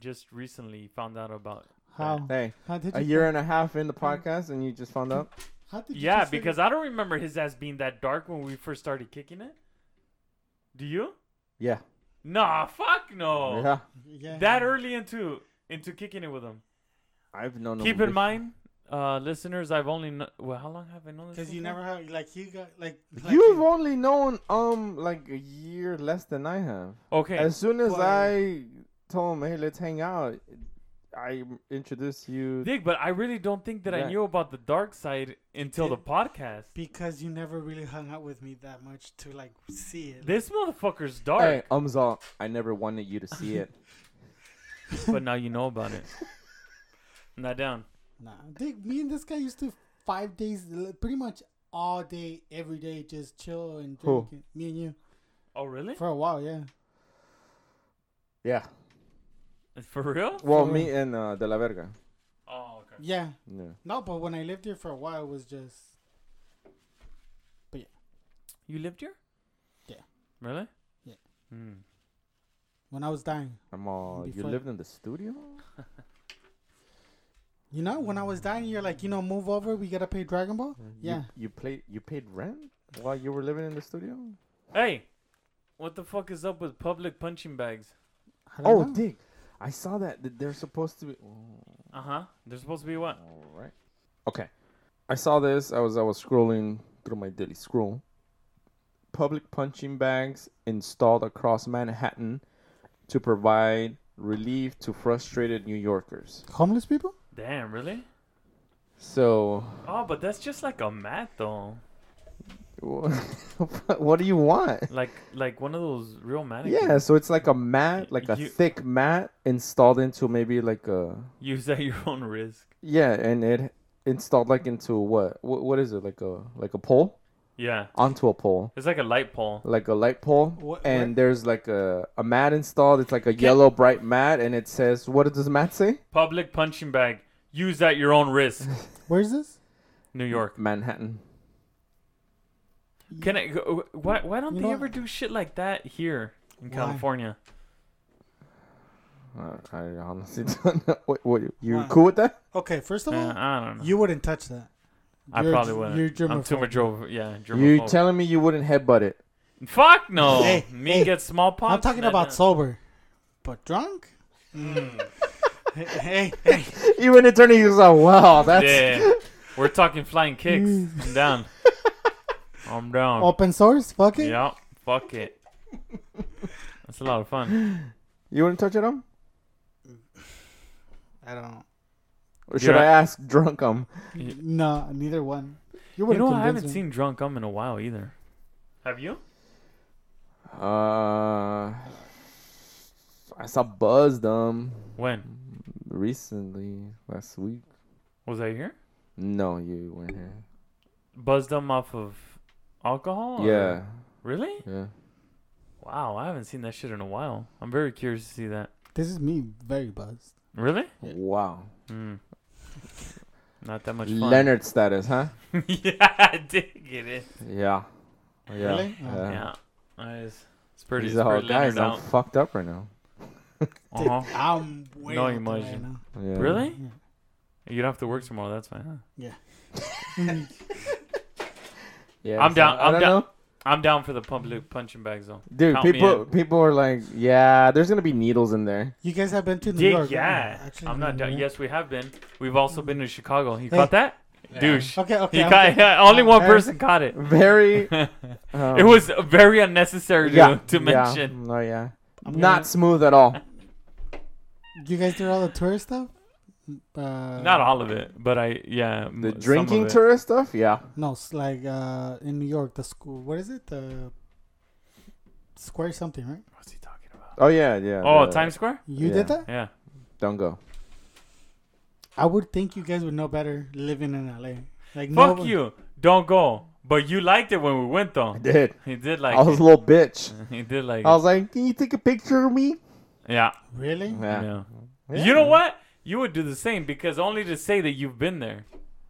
C: just recently found out about.
A: How?
B: hey,
A: How did you?
B: a year and a half in the podcast, and you just found out.
A: How did you
C: Yeah,
A: consider-
C: because I don't remember his ass being that dark when we first started kicking it. Do you?
B: Yeah.
C: Nah, fuck no.
B: Yeah.
A: yeah.
C: That early into into kicking it with him.
B: I've known. him
C: Keep in
B: bef-
C: mind, uh, listeners, I've only kn- well, how long have I known this?
A: because
C: guy
A: you
C: for?
A: never have like you got like, like
B: You've only known um like a year less than I have.
C: Okay.
B: As soon as
A: Well-
B: I told him, hey, let's hang out, I introduced you.
C: Dig, but I really don't think that I
B: Yeah.
C: knew about the dark side until the
A: Did-
C: podcast.
A: because you never really hung out with me that much to like see it.
C: This motherfucker's
B: Hey,
C: dark,
B: Umzal, I never wanted you to see it.
C: but now you know about it. Not down.
A: Nah, dude, me and this guy used to five days, li- pretty much all day, every day, just chill and
B: Who?
A: drink. and- Me and you
C: Oh, really?
A: for a while, yeah.
B: yeah.
C: For real?
B: Well,
A: For-
B: me and uh, De La Verga.
C: Oh, okay.
A: Yeah,
B: Yeah.
A: no, but when I lived here for a while, it was just
C: You lived here?
A: Yeah.
C: Really?
A: Yeah.
C: Hmm.
A: when I was dying.
B: I'm all. You
A: Before-
B: lived in the studio?
A: You know, when I was dying, you're like, you know, move over. We gotta play Dragon Ball. Yeah,
B: You, you played. You paid rent while you were living in the studio?
C: Hey, what the fuck is up with public punching bags?
A: I don't
B: Oh,
A: know.
B: Dick, I saw that. that They're supposed to be. Oh.
C: Uh huh.
A: Uh-huh.
C: They're supposed to be what?
B: All right. Okay. I saw this. I was I was scrolling through my daily scroll. Public punching bags installed across Manhattan to provide relief to frustrated New Yorkers.
A: homeless people.
C: Damn, really?
B: So,
C: Oh, but that's just like a mat, though.
B: wha- what do you want?
C: Like, like one of those real mannequins.
B: Yeah, so it's like a mat, like a
C: You-
B: thick mat installed into maybe like a
C: Use at your own risk.
B: yeah, and it installed like into what? What, what is it? Like a like a pole
C: Yeah.
B: onto a pole.
C: It's like a light pole.
B: like a light pole
A: What-
B: and
A: what-
B: there's like a, a mat installed it's like a yellow bright mat and it says what does the mat say
C: Public punching bag. Use at your own risk.
A: Where's this?
C: New York.
B: Manhattan.
C: Can I? go- Why? Why don't
A: You
C: they
A: know-
C: ever do shit like that here in
A: Why?
C: California?
B: I, Uh, I honestly don't know. Wait, wait, you
A: Why?
B: cool with that?
A: Okay, first of all,
C: Uh, I don't know.
A: you wouldn't touch that.
C: I
A: You're
C: probably
A: ge-
C: wouldn't.
A: You're
C: I'm too
A: germaphobe.
C: much over. Yeah,
B: You
C: germaphobe.
B: telling me you wouldn't headbutt it?
C: Fuck no.
A: Hey,
C: Me
A: hey,
C: get smallpox.
A: I'm talking
C: Nah,
A: about
C: nah.
A: sober, but drunk.
C: Mm.
A: hey, hey, hey.
B: Even attorney, you was like, wow, that's
C: Yeah, we're talking flying kicks.
A: Mm.
C: I'm down. I'm down.
A: open source. Fuck it.
C: Yeah, fuck it. That's a lot of fun.
B: you wouldn't touch it, um?
A: I don't.
B: Or should
C: Yeah.
B: I ask drunk um?
C: You-
A: No, neither one. You
C: You
A: wouldn't
C: know, I
A: convince
C: haven't
A: me.
C: seen Drunk Um in a while either. Have you?
B: Uh, I saw Buzz um
C: When
B: recently last week.
C: was I here?
B: No, you weren't here.
C: Buzzed them off of alcohol. or-
B: Yeah,
C: Oh, Really?
B: yeah.
C: Wow, I haven't seen that shit in a while. I'm very curious to see that.
A: This is me very buzzed.
C: Really?
A: Yeah.
B: Wow.
C: Mm. Not that much fun.
B: Leonard status, huh?
C: yeah, I did get it.
B: Yeah. Yeah.
A: Really? Oh.
B: Yeah.
C: Yeah. That is, it's pretty.
B: He's
C: it's
B: all,
C: pretty
B: guys,
C: Leonard
B: I'm
C: out.
B: fucked up right now.
C: Uh-huh.
A: I'm way
C: No
A: out there
C: emotion.
A: right now.
B: Yeah.
C: Really?
A: Yeah.
C: You don't have to work tomorrow. That's fine. Huh?
B: Yeah.
C: I'm
B: so
C: down-
B: I
C: I'm
B: don't
C: down.
B: know.
C: I'm down for the public punching bags though.
B: Dude,
C: Count me
B: people
C: in.
B: people are like, yeah, there's gonna be needles in there.
A: You guys have been to New
C: Yeah,
A: York?
C: yeah.
A: right? Actually,
C: I'm not
A: New
C: down.
A: York.
C: Yes, we have been. We've also been to Chicago. He
A: Hey.
C: caught that? Douche.
A: Okay, okay.
C: He
A: I'm
C: caught,
A: good.
C: only one
A: Hey.
C: person caught it.
B: Very. um,
C: It was very unnecessary to-
B: yeah,
C: to
B: yeah,
C: mention.
B: No, yeah.
A: I'm
B: Not
A: gonna-
B: smooth at all.
A: You guys did all the tourist stuff? Uh,
C: Not all of it, but I, yeah. m-
B: The
C: some of
B: drinking
C: it.
B: tourist stuff, yeah.
A: No, it's like uh, in New York, the school. What is it? The square something, right?
C: What's he talking about?
B: Oh yeah, yeah.
C: Oh,
B: the-
C: Times Square?
A: You
B: Yeah.
A: did that?
C: Yeah.
B: Don't go.
A: I would think you guys would know better living in LA. Like no,
C: Fuck you. Don't go. But you liked it when we went, though.
B: I did.
C: He did like
B: I was
C: it.
B: a little bitch.
C: He did like
B: I
C: it.
B: was like, can you take a picture of me?
C: Yeah.
A: Really?
C: yeah.
B: Yeah.
C: You know what? You would do the same because only to say that you've been there.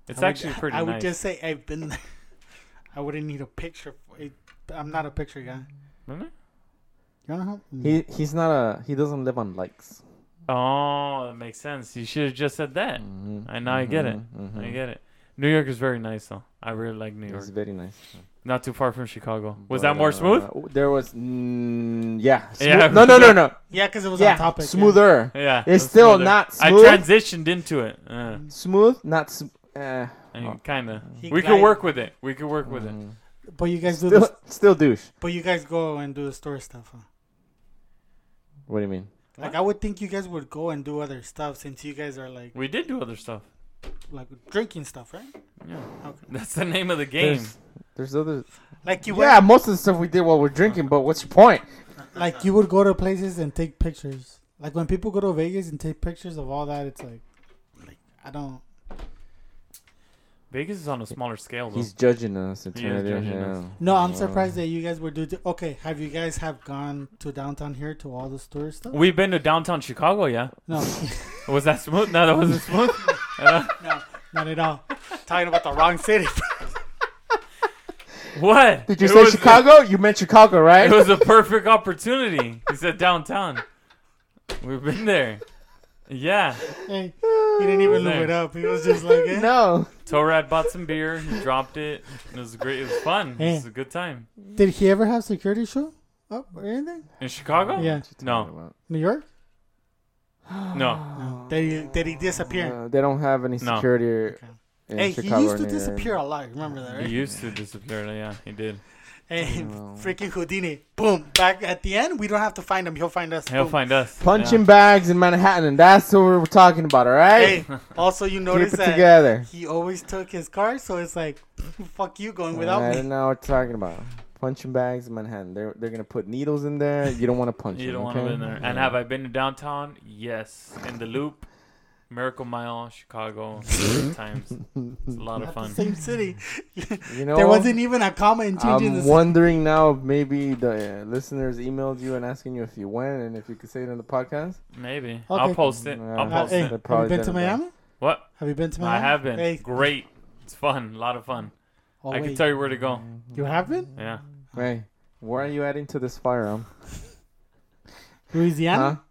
C: It's
A: I would-
C: actually pretty
A: I would
C: nice.
A: just say I've been there. I wouldn't need a picture. For it. I'm not a picture guy.
C: Really?
A: You know how?
B: He he's not a he doesn't live on likes.
C: Oh, that makes sense. You should have just said that.
B: Mhm,
C: I now I get it.
B: mhm, mhm.
C: I get it. New York is very nice, though. I really like New York.
B: It's very nice.
C: Not too far from Chicago. Was
B: But,
C: that more
B: uh,
C: smooth?
B: There was, mm, yeah, smooth.
C: Yeah.
B: No, no, no, no.
A: yeah, because it was
B: yeah,
A: on topic. yeah.
B: smoother.
C: Yeah.
B: It's
C: that's
B: still
C: smoother.
B: not
C: I
B: smooth.
C: transitioned into it. Uh,
B: smooth, not. Sm- eh.
C: I mean, kind of.
B: uh,
A: He
C: We could
A: glided.
C: work with it. We could work with it.
B: Mhm.
A: But you guys do
B: Still,
A: this.
B: still douche.
A: But you guys go and do the store stuff. Huh?
B: What do you mean?
A: Like I would think you guys would go and do other stuff since you guys are like
C: We did do other stuff.
A: like drinking stuff, right?
C: Yeah.
A: Okay.
C: That's the name of the game.
B: There's, there's other.
A: Like you
B: Yeah, most of the stuff we did while we're drinking. But what's your point?
A: would like you would go to places and take pictures. Like when people go to Vegas and take pictures of all that, it's like, like I don't.
C: Vegas is on a smaller scale, though.
B: He's judging us. It's
C: He is
B: right there.
C: judging us.
B: Yeah.
A: No, I'm
B: Yeah.
A: surprised that you guys would do. okay, have you guys have gone to downtown here to all the store stuff?
C: We've been to downtown Chicago, yeah.
A: No,
C: Was that smooth? No, that wasn't smooth. Uh,
A: no, not at all. Talking about the wrong city.
C: what?
B: Did you
C: It
B: say
C: was-
B: Chicago? You meant Chicago, right?
C: It was a perfect opportunity. He said downtown. We've been there. Yeah.
A: hey, he didn't even
C: There.
A: move it up. He was just like, eh.
B: Uh, no.
C: Torad bought some beer. He dropped it. It was great. It was fun. It was a good time.
A: Did he ever have security show up or anything?
C: In Chicago?
A: Yeah.
C: No.
A: New York?
C: No.
A: No. Did he, did he disappear?
B: Uh, they don't have any
C: No.
B: security.
A: Okay.
B: In
A: Hey,
B: Chicago
A: he used
B: or
A: to
B: near-
A: disappear a lot. Remember that,
C: He
A: right?
C: used to disappear. Yeah, he did.
A: Hey,
B: Wow.
A: freaking Houdini. Boom. Back at the end, we don't have to find him. He'll find us.
C: He'll
A: Boom.
C: find us.
B: Punching bags in Manhattan, and that's what we're talking about, all right?
A: Hey, also, you notice
B: Keep it
A: that
B: together.
A: he always took his car, so it's like, fuck you going without
B: I
A: me.
B: don't know what we're talking about. Punching bags in Manhattan. They're they're gonna put needles in there. You don't want to punch.
C: You
B: them,
C: don't want
B: okay?
C: to be in there. And have I been to downtown? Yes. In the Loop, Miracle Mile, Chicago, good times. It's a lot
A: Not
C: of
A: the
C: fun.
A: same city.
B: You know,
A: there wasn't even a comma in changing
B: I'm
A: the
B: wondering now if maybe the uh, listeners emailed you and asking you if you went and if you could say it on the podcast.
C: Maybe I'll
A: Okay.
C: post it. I'll
B: Yeah.
A: Uh,
C: post
A: hey,
C: it.
A: have
B: Probably
A: you been to
B: didn't, but-
A: Miami?
C: What?
A: Have you been to
C: I
A: Miami?
C: have been.
A: Hey,
C: Great. It's fun. A lot of fun.
A: oh,
C: I can
A: wait.
C: tell you where to go.
A: You have been?
C: Yeah.
B: Hey, where are you adding to this fire? Um,
A: Louisiana?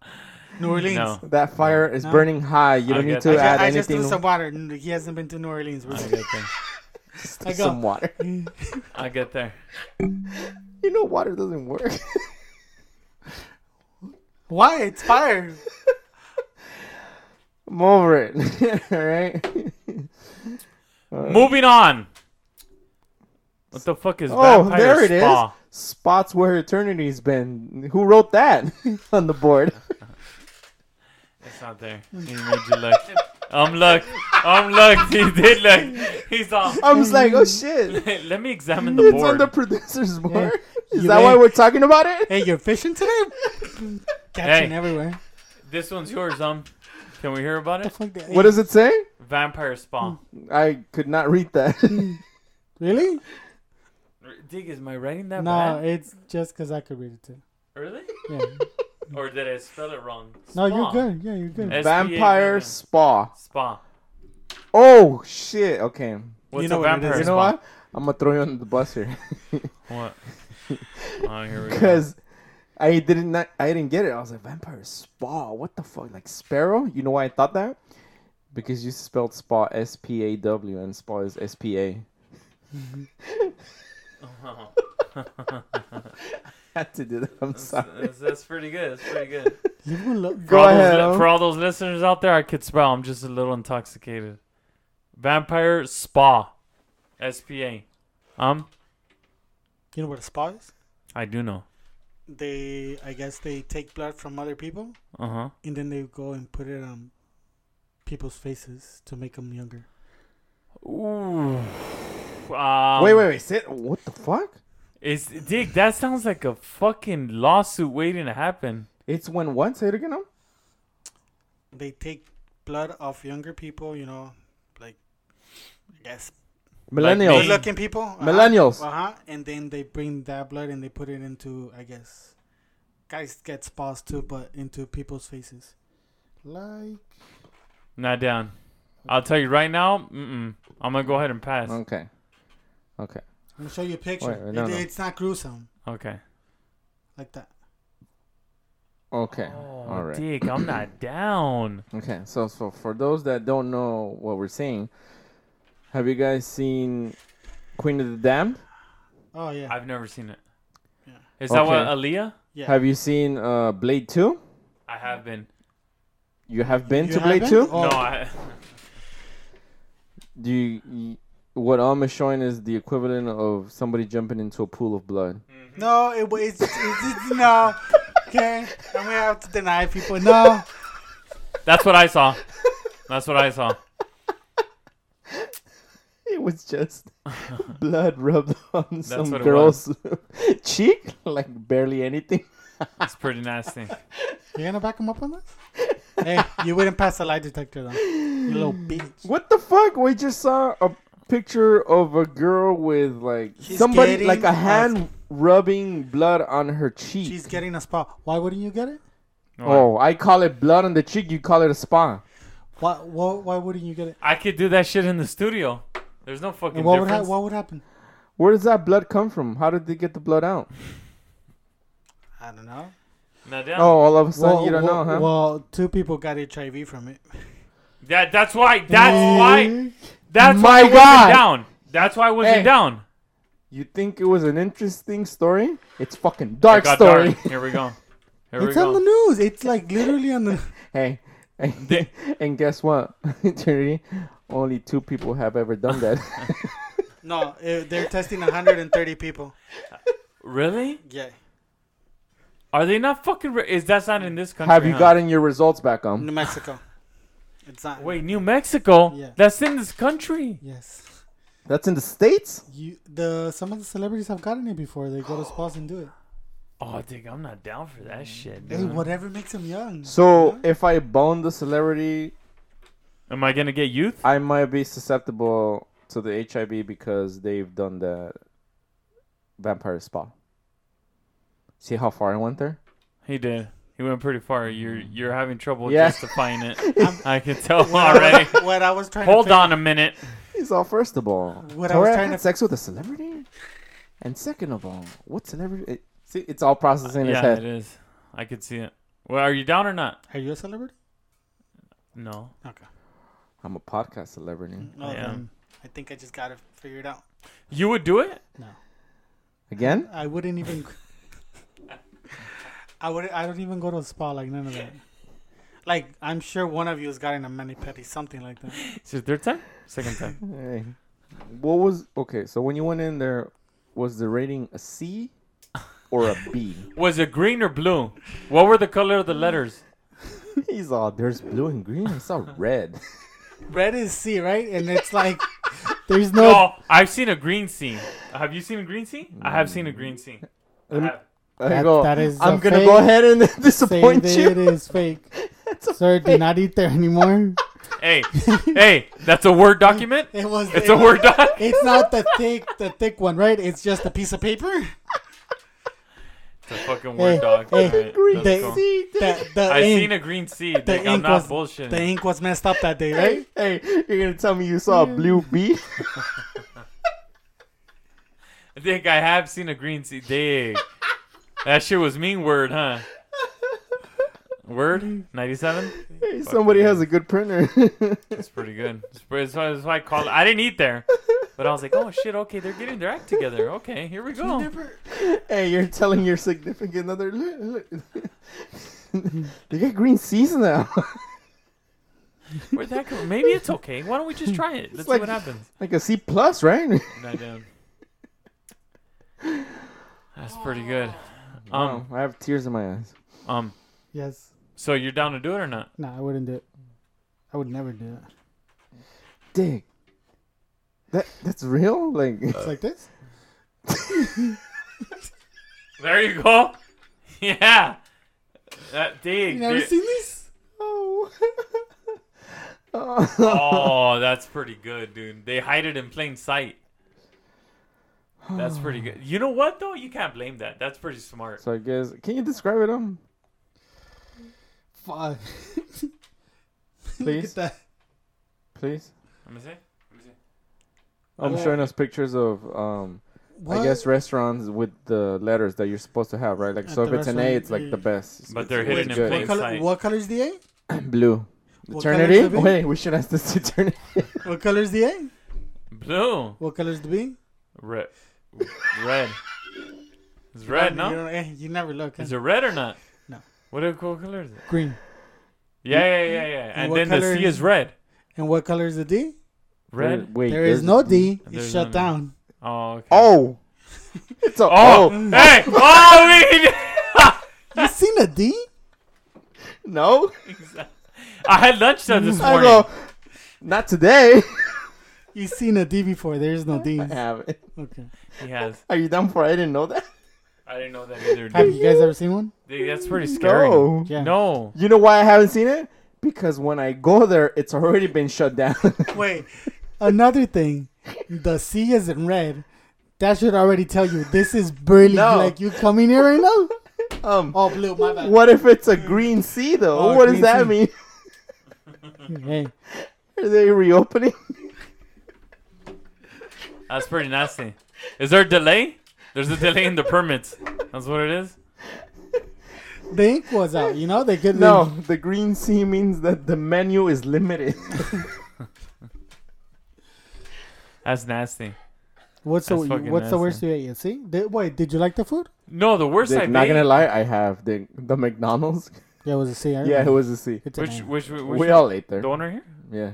A: New Orleans.
C: No.
B: That fire is
A: No.
B: burning high. You
C: I
B: don't need
C: get
B: to
A: I,
C: that.
A: ju-
B: add
A: I just
B: anything.
A: threw some water. N- He hasn't been to New Orleans. We're
C: I
A: good.
C: get there.
B: Just
A: I go.
B: some water.
C: I get there.
B: You know, water doesn't work.
A: Why? It's fire.
B: I'm over it. All right. All right.
C: Moving on. What the fuck is
B: Oh,
C: Vampire
B: there it is.
C: Spa?
B: Spots where eternity's been. Who wrote that on the board?
C: It's not there. He made you look. Um, I'm looked. I'm looked. He did look. He's all.
B: I was like, oh shit.
C: Let me examine the
B: It's on
C: board.
B: the producer's board. Is
A: You
B: that why
A: made-
B: we're talking about it?
A: hey, you're fishing today? Catching everywhere.
C: This one's yours, um. Can we hear about
A: The
C: it?
A: fuck that-
B: What does it say?
C: Vampire Spa.
B: I could not read that.
A: Really?
C: Dig, is my writing that
A: No,
C: bad?
A: it's just because I could read it too.
C: Really?
A: Yeah.
C: Or did I spell it wrong?
A: No,
C: Spa.
A: you're good. Yeah, you're good.
C: S-P-A,
B: Vampire
C: yeah.
B: Spa.
C: Spa.
B: Oh shit. Okay.
C: What's
A: know
C: a
A: what it is.
C: vampire
A: You
B: You know
C: spa?
B: what? I'm gonna throw you under the bus here.
C: What? Oh, here we go.
B: because I didn't not, I didn't get it. I was like vampire spa. What the fuck? Like sparrow? You know why I thought that? Because you spelled spa S P A W and spa is S P A. Had to do that. I'm
C: That's-
B: sorry.
C: That's, that's pretty good. That's pretty good.
A: Leave him alone.
B: Go
C: for, all those
B: ahead.
C: li-
B: Al.
C: for all those listeners out there, I could spell. I'm just a little intoxicated. Vampire Spa. S P A. Um,
A: You know what a spa is?
C: I do know.
A: They, I guess, they take blood from other people
C: Uh huh.
A: and then they go and put it on people's faces to make them younger.
C: Ooh. Um,
B: wait, wait, wait. Sit. What the fuck?
C: Is Dick? That sounds like a fucking lawsuit waiting to happen.
B: It's when what? Say it again. um? Al.
A: They take blood off younger people, you know, like, I guess,
B: Millennials.
A: good looking people. Uh-huh.
B: Millennials.
A: Uh huh. And then they bring that blood and they put it into, I guess, guys get spas too, but into people's faces. Like,
C: Not down. I'll tell you right now. Mm-mm. I'm gonna go ahead and pass.
B: Okay. Okay.
A: I'm gonna show you a picture.
B: Wait, wait, no,
A: It-
B: no.
A: It's not gruesome
C: Okay.
A: like that.
B: Okay.
C: Oh,
B: All right.
C: Dick, I'm not down.
B: Okay, so so for those that don't know what we're seeing, have you guys seen Queen of the Damned?
A: Oh yeah.
C: I've never seen it.
A: Yeah.
C: Is that what
B: Okay.
C: Aaliyah?
A: yeah.
B: Have you seen uh, Blade Two?
C: I have been.
B: You have been
A: You
B: to Blade
A: haven't?
B: Two?
A: Oh.
C: No, I.
B: Do you, you- what Om is showing is the equivalent of somebody jumping into a pool of blood.
A: No, it wa- it's, it's, it's no. Okay, I'm gonna have to deny people. No,
C: That's what I saw. That's what I saw.
B: It was just blood rubbed on some
C: what it
B: girl's cheek, like barely anything.
C: It's pretty nasty.
A: you're gonna back him up on this? Hey, you wouldn't pass a lie detector though. You little bitch.
B: What the fuck? We just saw a picture of a girl with like
A: She's
B: somebody
A: getting
B: like
A: a-
B: a hand rubbing blood on her cheek.
A: She's getting a spa. Why wouldn't you get it?
B: Oh, I call it blood on the cheek. You call it a spa.
A: Why? Why, why wouldn't you get it?
C: I could do that shit in the studio. There's no fucking
A: And what would ha-
C: difference.
A: what would happen?
B: Where does that blood come from? How did they get the blood out?
A: I don't know.
C: Not down.
B: Oh, all of a sudden you don't know, huh?
A: Well, two people got HIV from it.
C: That, that's why. That's why. That's
B: Mm. My
C: why I
B: God.
C: wasn't down. That's why I wasn't
B: Hey.
C: down.
B: You think it was an interesting story? It's fucking
C: I
B: dark
C: got
B: story.
C: dark. Here we go. Here we
A: It's on the
C: go.
A: news. It's like literally on the.
B: Hey, and, and guess what? Eternity, only two people have ever done that.
A: No, eh, they're testing 130 people.
C: Really?
A: Yeah.
C: Are they not fucking? Re- is that's not in this country?
B: have you
C: huh?
B: gotten your results back um? on?
A: New Mexico. It's not.
C: Wait, New Mexico.
A: Yeah.
C: That's in this country.
A: Yes.
B: That's in the states.
A: You the some of the celebrities have gotten it before. They go to spas and do it.
C: Oh, dig, I'm not down for that shit.
A: Hey,
C: Dude.
A: whatever makes them young.
B: So if I bone the celebrity,
C: Am I gonna get youth?
B: I might be susceptible to the HIV because they've done the vampire spa. See how far I went there?
C: He did. He You went pretty far. You're you're having trouble
B: Yeah.
C: justifying it.
A: I'm-
C: I can tell
A: What I-
C: already.
A: What I was trying.
C: Hold
A: to
C: on a minute.
B: He's all first of all,
A: What I was
B: Torah
A: trying
B: had
A: to-
B: sex with a celebrity, and second of all, what celebrity? It, see, it's all processing in his
C: yeah,
B: head.
C: it is. I could see it. Well, are you down or not?
A: Are you a celebrity?
C: No.
A: Okay.
B: I'm a podcast celebrity.
A: No,
C: I am.
A: then I think I just got it figured out.
C: You would do it?
A: No,
B: Again?
A: I wouldn't even. I would. I don't even go to a spa like none of that. Like I'm sure one of you has gotten a mani pedi, something like that.
C: Is it third time? Second time.
B: Hey. What was okay? So when you went in there, was the rating a C or a B?
C: Was it green or blue? What were the color of the letters?
B: He's all there's blue and green. I saw red.
A: Red is C, right? And it's like there's no.
C: No, I've seen a green scene. Have you seen a green scene? I have seen a green scene. I
B: Let me-
C: have.
B: I
A: That-
B: go,
A: that is
B: I'm
A: a
B: gonna go
A: fake.
B: ahead and
A: Say
B: disappoint
A: that
B: you.
A: it is fake.
B: That's a
A: Sir, do
B: fake.
A: not eat there anymore.
C: Hey, hey, that's a word document.
A: It was. it
C: It's a
A: was-
C: word doc.
A: It's not the thick, the thick one, right? It's just a piece of paper.
C: It's a fucking
A: Hey,
C: word doc.
A: hey,
C: Alright,
B: green
C: let's
A: They-
C: go.
B: C.
A: The, the
C: I
A: ink,
C: seen a green seed.
A: the
C: Like, I'm
A: ink was-
C: not bullshitting.
A: the ink was messed up that day, right?
B: Hey, hey, you're gonna tell me you saw a blue bee?
C: I think I have seen a green seed. Dig. that shit was mean word, huh? Word ninety seven.
B: Hey, somebody has a good printer.
C: That's pretty good. That's pretty- That's why, that's why I called. I didn't eat there, but I was like, oh shit, okay, they're getting their act together. Okay, here we go.
B: hey, you're telling your significant other. Look, look. they got green C's now.
C: Where'd that come? Maybe it's okay. Why don't we just try it? Let's see
B: like-
C: what happens.
B: like a C plus, right?
C: Not down. That's pretty good.
B: Um,
C: Um,
B: I have tears in my eyes.
C: um.
A: Yes.
C: So you're down to do it or not?
A: No, I wouldn't do it. I would never do it.
B: Dig. That that's real. Like
A: It's like this.
C: There you go. Yeah. That dig.
A: You never
C: dig.
A: seen this?
B: oh.
C: oh, that's pretty good, dude. They hide it in plain sight. That's pretty good. You know what though? You can't blame that. That's pretty smart.
B: So I guess can you describe it? Um,
A: Fuck. Look
B: Please?
A: at that.
B: please.
C: Let me see. Let me see.
B: I'm
A: Yeah.
B: showing us pictures of um, I
A: What?
B: guess restaurants with the letters that you're supposed to have, right? Like
A: At
B: so, if
A: the
B: it's an A,
A: restaurant,
B: it's like the
A: yeah.
B: best. It's-
C: But
B: it's-
C: they're
B: it's
C: hidden in
B: good.
A: what
C: plain
A: color?
C: sight.
A: What color is the A?
B: Blue.
A: What color is
B: Eternity.
A: the B?
B: Wait, we should ask this to eternity.
A: What color is the A?
C: Blue.
A: What color is the B?
C: Red. Red. It's red,
A: You,
C: no?
A: don't- eh, you never look. huh?
C: Is it red or not?
A: No.
C: What are- what color is it?
A: green.
C: Yeah, yeah, yeah, yeah. And
A: what
C: then the
A: color
C: C
A: is-
C: is red.
A: And what color is the D?
B: Wait,
C: Red.
B: Wait,
A: there is
B: there's-
A: no D.
C: There's
A: It's shut
C: no D.
A: down.
C: Oh. Okay.
B: Oh, it's a
C: Oh.
B: oh.
C: Hey. Oh.
A: You seen a D?
B: No,
C: We. I had lunch there this
B: I
C: morning.
B: go. Not today.
A: You seen a D before? There is no D.
B: I haven't.
A: Okay.
C: He has.
B: Are you down for? I didn't know that.
C: I didn't know that either.
A: Have
C: Dude.
A: you guys ever seen one?
C: Dude, That's pretty scary.
B: No.
A: Yeah.
C: No.
B: You know why I haven't seen it? Because when I go there, it's already been shut down.
A: Wait. Another thing, the C is in red. That should already tell you this is barely
B: No.
A: like you coming here right now.
B: um,
A: Oh, blue, my bad.
B: what if it's a green C though?
A: Oh,
B: what does
A: green
B: that
A: C.
B: mean?
A: Hey,
B: Are they reopening?
C: That's pretty nasty. Is there a delay? There's a delay in the permits. That's what it is.
A: the ink was out. You know they could
B: No, the green C means that the menu is limited.
C: That's nasty.
A: What's the
C: That's fucking
A: what's the worst
C: nasty.
A: you ate? You see? Did, wait, did you like the food?
C: No, the worst
B: Dick,
C: I've
B: not
C: ate.
B: gonna lie, I have the the McDonald's.
A: Yeah, it was a C. I
B: Yeah, it
A: remember.
B: was a C.
A: It's an
C: Which,
A: A.
C: which, which, which
B: We all ate there.
C: the one right here?
B: Yeah.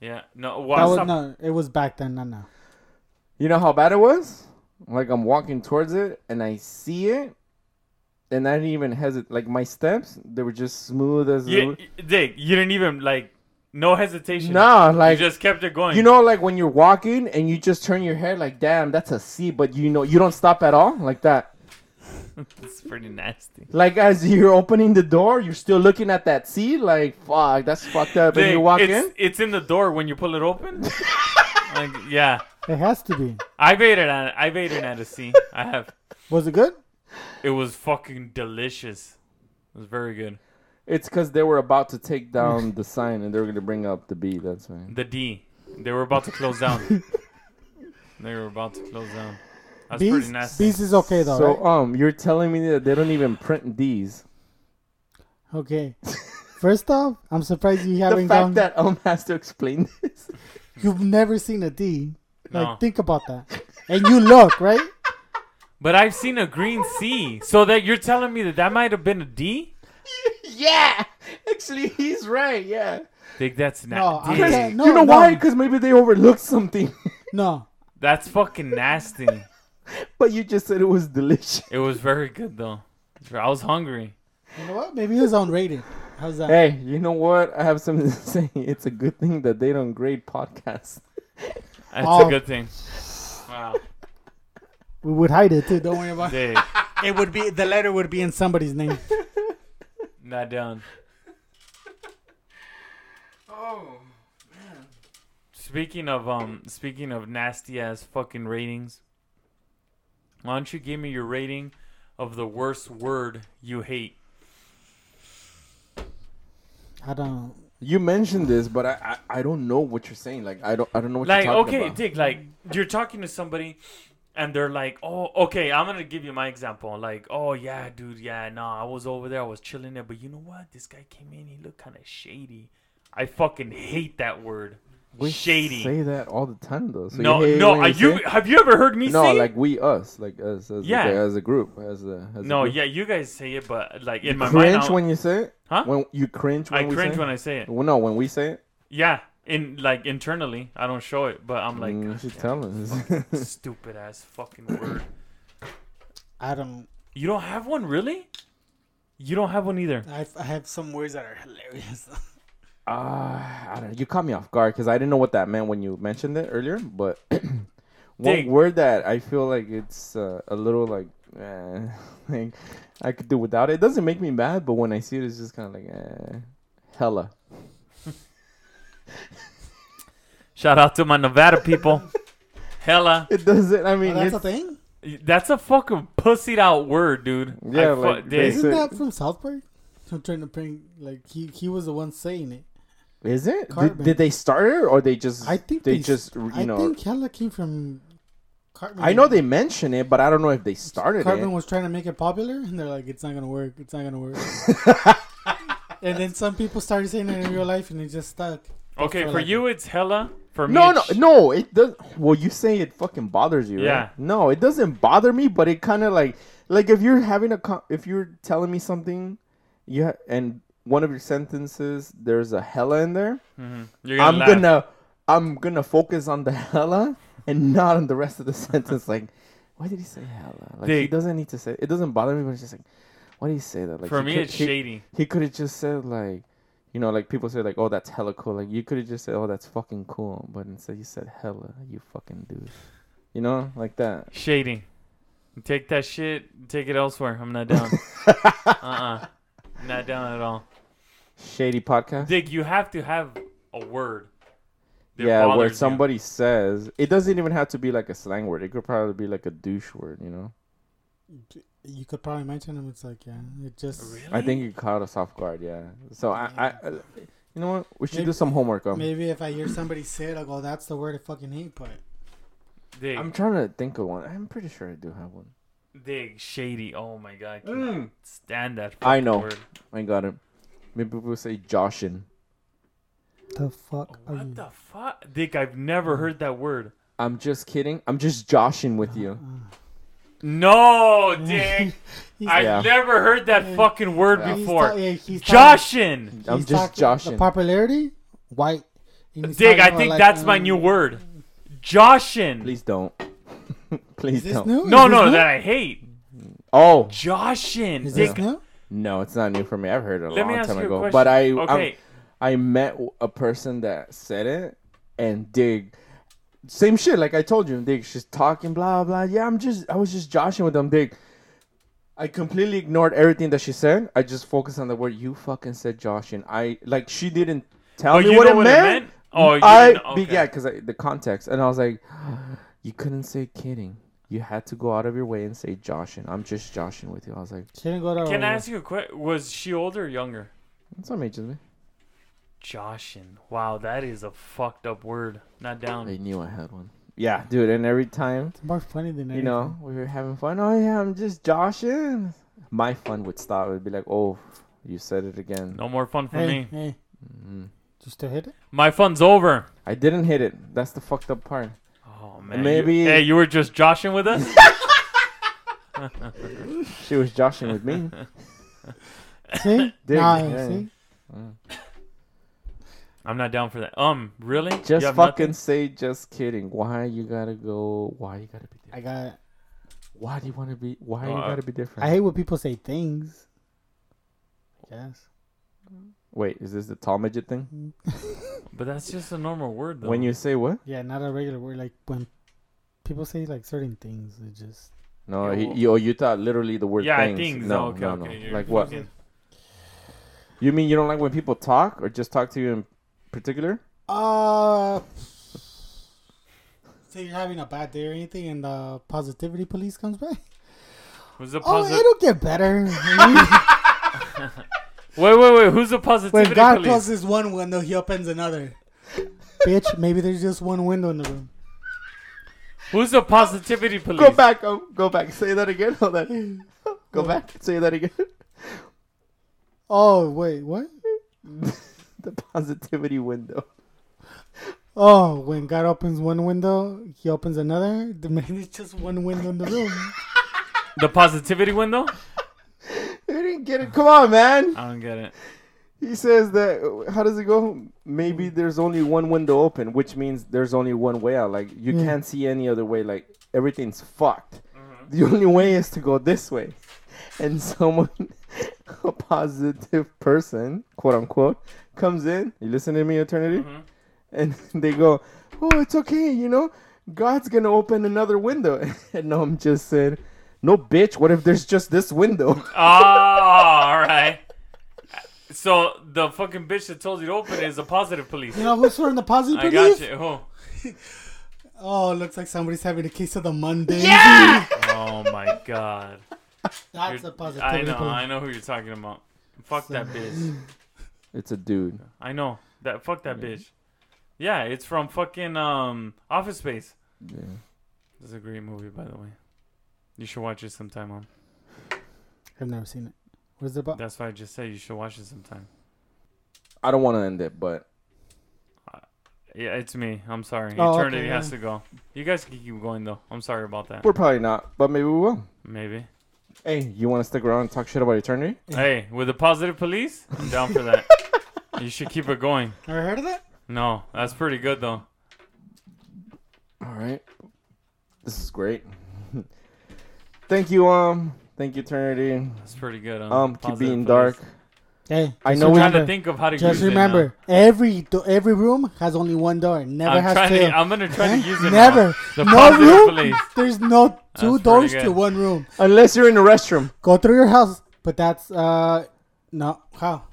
C: Yeah. No.
A: That
C: Well, I
A: was,
C: stopped-
A: no, it was back then. Not now.
B: You know how bad it was? Like I'm walking towards it and I see it, and I didn't even hesitate. Like my steps, they were just smooth as.
C: You, Dick, you didn't even like, no hesitation.
B: No,
C: You
B: like
C: just kept it going.
B: You know, like when you're walking and you just turn your head, like, damn, that's a C, but you know, you don't stop at all, like that.
C: it's pretty nasty.
B: Like as you're opening the door, you're still looking at that C, like, fuck, that's fucked up. and you
C: Dick,
B: walk
C: it's,
B: in,
C: It's in the door when you pull it open. like, yeah.
A: It has to be.
C: I've ate it at, I've ate it at a C. I have.
A: Was it good?
C: It was fucking delicious. was very good.
B: It's because they were about to
A: Mm.
B: take down the sign and they were gonna bring up the B. That's why.
C: The D. They were about to close down. they were about to close down. That's pretty
A: Bees,
C: nasty.
A: Bees is okay though.
B: So
A: right?
B: um, you're telling me that they don't even print these.
A: Okay. First off, I'm surprised you
B: The
A: haven't
B: fact
A: gone.
B: that Elm has to explain this.
A: you've never seen a D. Like,
C: No.
A: think about that. And you look right.
C: But I've seen a green C. So that you're telling me that that might have been a D?
B: yeah, actually, he's right. Yeah.
C: Think that's
A: No,
C: nasty.
A: I'm saying- no,
B: you know
A: no,
B: why? Because maybe they overlooked something.
A: No,
C: That's fucking nasty.
B: but you just said it was delicious.
C: It was very good though. I was hungry.
A: you know what? Maybe it was unrated. How's that?
B: Hey, you know what? I have something to say. It's a good thing that they don't grade podcasts.
C: That's
A: Oh.
C: a good thing. Wow.
A: We would hide it too. Don't worry about it.
C: Dave,
A: It would be the letter would be in somebody's name.
C: not down.
B: Oh.
C: Speaking of um, speaking of nasty ass fucking ratings, why don't you give me your rating of the worst word you hate?
A: I don't.
B: You mentioned this, but I, I I don't know what you're saying. Like I don't I don't know what
C: like,
B: you're talking
C: okay,
B: about.
C: Dick, like you're talking to somebody, and they're like, "Oh, okay, I'm gonna give you my example. Like, oh yeah, dude, yeah, no, I was over there, I was chilling there, but you know what? This guy came in, he looked kind of shady. I fucking hate that word,
B: We
C: shady.
B: Say that all the time though. So
C: no,
B: you hate
C: no,
B: when
C: are you?
B: say-
C: Have you ever heard me
B: No,
C: say? it?
B: like we us, like us as
C: Yeah.
B: a, as a group, as a as
C: no,
B: a group.
C: yeah, you guys say it, but like in my
B: cringe
C: mind, I'll-
B: when you say it.
C: Huh?
B: When you cringe when
C: I
B: we
C: cringe
B: say
C: when
B: it?
C: I say it.
B: Well, no, when we say it,
C: Yeah, in like internally, I don't show it, but I'm like,
B: mm, you
C: "God
B: should
C: damn,
B: tell us.
C: stupid ass fucking word.
A: I don't.
C: You don't have one, really? You don't have one either.
A: I, I have some words that are hilarious.
B: Ah, I don't know. You caught me off guard because I didn't know what that meant when you mentioned it earlier. But one
C: Dig.
B: word that I feel like it's uh, a little like, eh, like I could do without it. It doesn't make me mad, but when I see it, it's just kind of like, eh, hella.
C: Shout out to my Nevada people. Hella,
B: It doesn't. I mean,
A: Oh, that's a
B: it's,
A: thing.
C: that's a fucking pussied out word, dude.
B: Yeah,
C: I
B: like,
C: fuck-
B: Is
C: dude,
A: Isn't
B: it-
A: that from South Park? I'm trying to bring like he he was the one saying it.
B: is it? Did,
A: Cartman.
B: did they start it or they just?
A: I think
B: they,
A: they s-
B: just you
A: I
B: know.
A: think Hella came from Cartman.
B: I know they mention it, but I don't know if they started
A: Cartman
B: it.
A: was trying to make it popular, and they're like, "It's not gonna work. It's not gonna work." and then some people started saying it in real life, and it just stuck.
C: okay,
A: feel
C: for
A: like
C: you it's hella. For me,
B: No, no,
C: it's sh-
B: no. It does. Well, you say it fucking bothers you,
C: Yeah.
B: right? No, it doesn't bother me, but it kind of like, like if you're having a, con- if you're telling me something, you ha- and one of your sentences there's a hella in there.
C: Mhm. You're gonna
B: I'm
C: laugh.
B: gonna, I'm gonna focus on the hella and not on the rest of the sentence. Like, why did he say hella? Like he
C: Dude.
B: doesn't need to say. It doesn't bother me, but it's just like, why did he say that? Like
C: for
B: he
C: me,
B: could-
C: it's
B: he-
C: shady.
B: he could have just said like, you know, like people say like, oh, that's hella cool. Like you could have just said, oh, that's fucking cool. But instead you said hella, you fucking dude. You know, like that.
C: Shady. Take that shit. Take it elsewhere. I'm not down. uh uh. Not down at all.
B: Shady podcast.
C: Dick, you have to have a word. that
B: yeah, where
C: bothers you.
B: somebody says it doesn't even have to be like a slang word. It could probably be like a douche word. You know.
A: You could probably mention him. It's like, yeah, it just
C: Really?
B: I think you caught us off guard. Yeah. So I, I, I you know what? We should
A: Maybe-
B: do some homework um. on.
A: maybe if I hear somebody say it, I go, "That's the word I fucking hate." But
C: Dig,
B: I'm trying to think of one. I'm pretty sure I do have one.
C: dig, shady. Oh my god, I cannot
B: Mm.
C: stand that.
B: I
C: fucking
B: know.
C: word.
B: I got it. um, Maybe we'll say Joshin.
A: the fuck are you?
C: What the fuck, Dick? I've never heard that word.
B: I'm just kidding. I'm just joshing with you.
A: Uh,
C: No, Dick.
A: He's-
C: I've
B: Yeah.
C: never heard that
A: Yeah.
C: fucking word
B: Yeah.
A: he's
C: before.
A: ta- yeah, he's talking-
C: Joshin.
B: I'm
A: he's
B: just
A: talking- the
B: joshing.
A: popularity, white. And he's
C: Dig,
A: talking
C: I
A: about,
C: think
A: like,
C: that's my
A: um,
C: new word. Joshin.
B: Please don't.
A: Is
B: Please
A: this
B: don't.
A: new?
C: No,
A: Is this
C: no,
A: new?
C: that I hate.
B: Oh
C: Joshin.
A: Is
C: Dick,
A: this new?
B: no, it's not new for me. I've heard it a
C: Let me
B: long
C: ask
B: time
C: you a
B: ago.
C: question.
B: But I
C: okay,
B: I I met a person that said it and dig. Same shit, like I told you, dig. She's talking blah blah. Yeah, I'm just I was just joshing with them, dig. I completely ignored everything that she said. I just focused on the word you fucking said, joshing. I like she didn't tell
C: Oh,
B: me
C: you
B: what,
C: know
B: it,
C: what it
B: meant.
C: meant? Oh, you
B: I
C: didn't know-
B: be-
C: okay.
B: yeah, because the context, and I was like, you couldn't say kidding. you had to go out of your way and say joshing. I'm just joshing with you. I was like,
A: She didn't go to.
C: Can I ask you a question? Was she older or younger?
B: that's what ages me.
C: Joshin. Wow, that is a fucked up word. Not
B: I
C: down.
B: knew I had one. Yeah, dude. And every time,
A: It's more funny than
B: you know, we were having fun. Oh yeah, I'm just joshing. My fun would stop. It would be like, oh, you said it again.
C: No more fun for
A: anything.
C: me.
A: Hey, hey,
B: Mm.
A: just to hit it.
C: My fun's over.
B: I didn't hit it. That's the fucked up part.
C: Oh man. you-
B: Maybe-
C: hey, you were just joshing with us.
B: She was joshing with me.
A: See,
B: Dig,
A: Nah,
B: yeah.
A: see,
B: Mm.
C: I'm not down for that. Um, really? You
B: Just
C: have
B: fucking
C: nothing?
B: say, just kidding. Why you gotta go? Why you gotta be different?
A: I got.
B: Why do you wanna be? Why you
C: No, I-
B: gotta be different?
A: I hate when people say things. Yes.
B: Wait, is this the tall midget thing?
C: But that's just a normal word though.
B: When you say what?
A: Yeah, not a regular word. Like when people say like certain things, it just
B: No,
C: Yeah,
B: he,
C: well-
B: you, oh, you thought literally the word
C: Yeah,
B: things.
C: things.
B: No,
C: Oh, okay,
B: no, no.
C: okay, you're
B: Like what?
C: fucking-
B: You mean you don't like when people talk or just talk to you in particular?
A: uh. Say you're having a bad day or anything, and the positivity police comes by.
C: Who's the
A: Oh,
C: posi-
A: it'll get better.
C: Wait, wait, wait. Who's the positivity
A: when God
C: police?
A: closes one window, He opens another. Bitch, maybe there's just one window in the room.
C: Who's the positivity police?
B: Go back. Oh, go back. Say that again. Hold on. go back. Say that again.
A: Oh wait, what?
B: the positivity window.
A: Oh, when God opens one window, He opens another. Then Maybe it's just one window in the room.
C: The positivity window?
B: You didn't get it. Come on, man.
C: I don't get it.
B: He says that. uh, How does it go? Maybe there's only one window open, which means there's only one way out. Like you
A: Yeah.
B: can't see any other way. Like everything's fucked. The only way is to go this way. And someone, a positive person, quote unquote, comes in. You listen to me, eternity,
C: Mhm.
B: and they go, "Oh, it's okay. You know, God's gonna open another window." And I'm just saying, "No, bitch. What if there's just this window?"
C: Oh, Ah, all right. So the fucking bitch that told you to open it is a positive police.
A: You know who's from the positive
C: I
A: police?
C: got you. Oh.
A: Oh, looks like somebody's having a case of the Monday.
B: Yeah.
C: Oh my god.
A: That's
C: You're-
A: a positive.
C: I know. I know who you're talking about. Fuck that bitch.
B: It's a dude.
C: I know that. Fuck that bitch. Yeah, it's from fucking um Office Space.
B: Yeah.
C: This is a great movie, by the way. You should watch it sometime. On
A: I've never seen it. What is it about?
C: that's why I just said you should watch it sometime.
B: I don't want to end it, but
C: Yeah, it's me. I'm sorry.
A: Oh, okay,
C: Eternity has
A: yeah.
C: to go. You guys can keep going though. I'm sorry about that.
B: we're probably not. But maybe we will.
C: Maybe.
B: Hey, you want to stick around and talk shit about eternity?
C: Hey, with the positive police, I'm down for that. you should keep it going.
A: Never heard of that?
C: No, that's pretty good though.
B: All right. This is great. thank you, um, thank you, eternity.
C: That's pretty good.
B: Um, keep
C: positive
B: being
C: police.
B: dark.
A: Hey,
B: I
A: just
B: know
C: I'm
B: we-
C: trying
A: remember,
C: to think of how to
A: Just
C: use it now.
A: remember, every do- every room has only one door. Never
C: I'm
A: has
C: trying
A: two.
C: to, I'm gonna try to
A: Huh?
C: use it. now.
A: Never.
C: The
A: No Uh,
C: positive
A: room.
C: police.
A: There's no two
C: pretty
A: doors
C: good.
A: to one room.
B: Unless you're in the restroom.
A: Go through your house, but that's uh no how.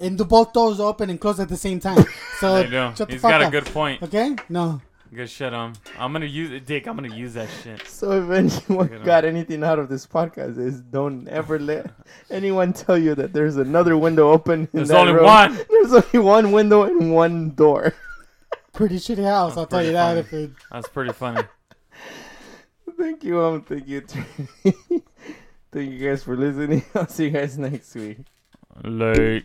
A: And do both doors open and close at the same time. So
C: There you go.
A: shut the
C: He's
A: fuck
C: got a
A: up.
C: good point.
A: Okay, no.
C: Good shit. Um, I'm gonna use it, Dick. I'm gonna use that shit.
B: So if anyone
C: Look at
B: got anything out of this podcast, is don't ever let anyone tell you that there's another window open. In
C: There's
B: that
C: only
B: room.
C: one.
B: There's only one window and one door.
A: Pretty shitty house.
C: That's
A: I'll tell
C: pretty
A: you that.
C: funny.
A: If it,
C: That's pretty funny.
B: Thank you, um, thank you, Trinity. thank you guys for listening. I'll see you guys next week.
C: Late.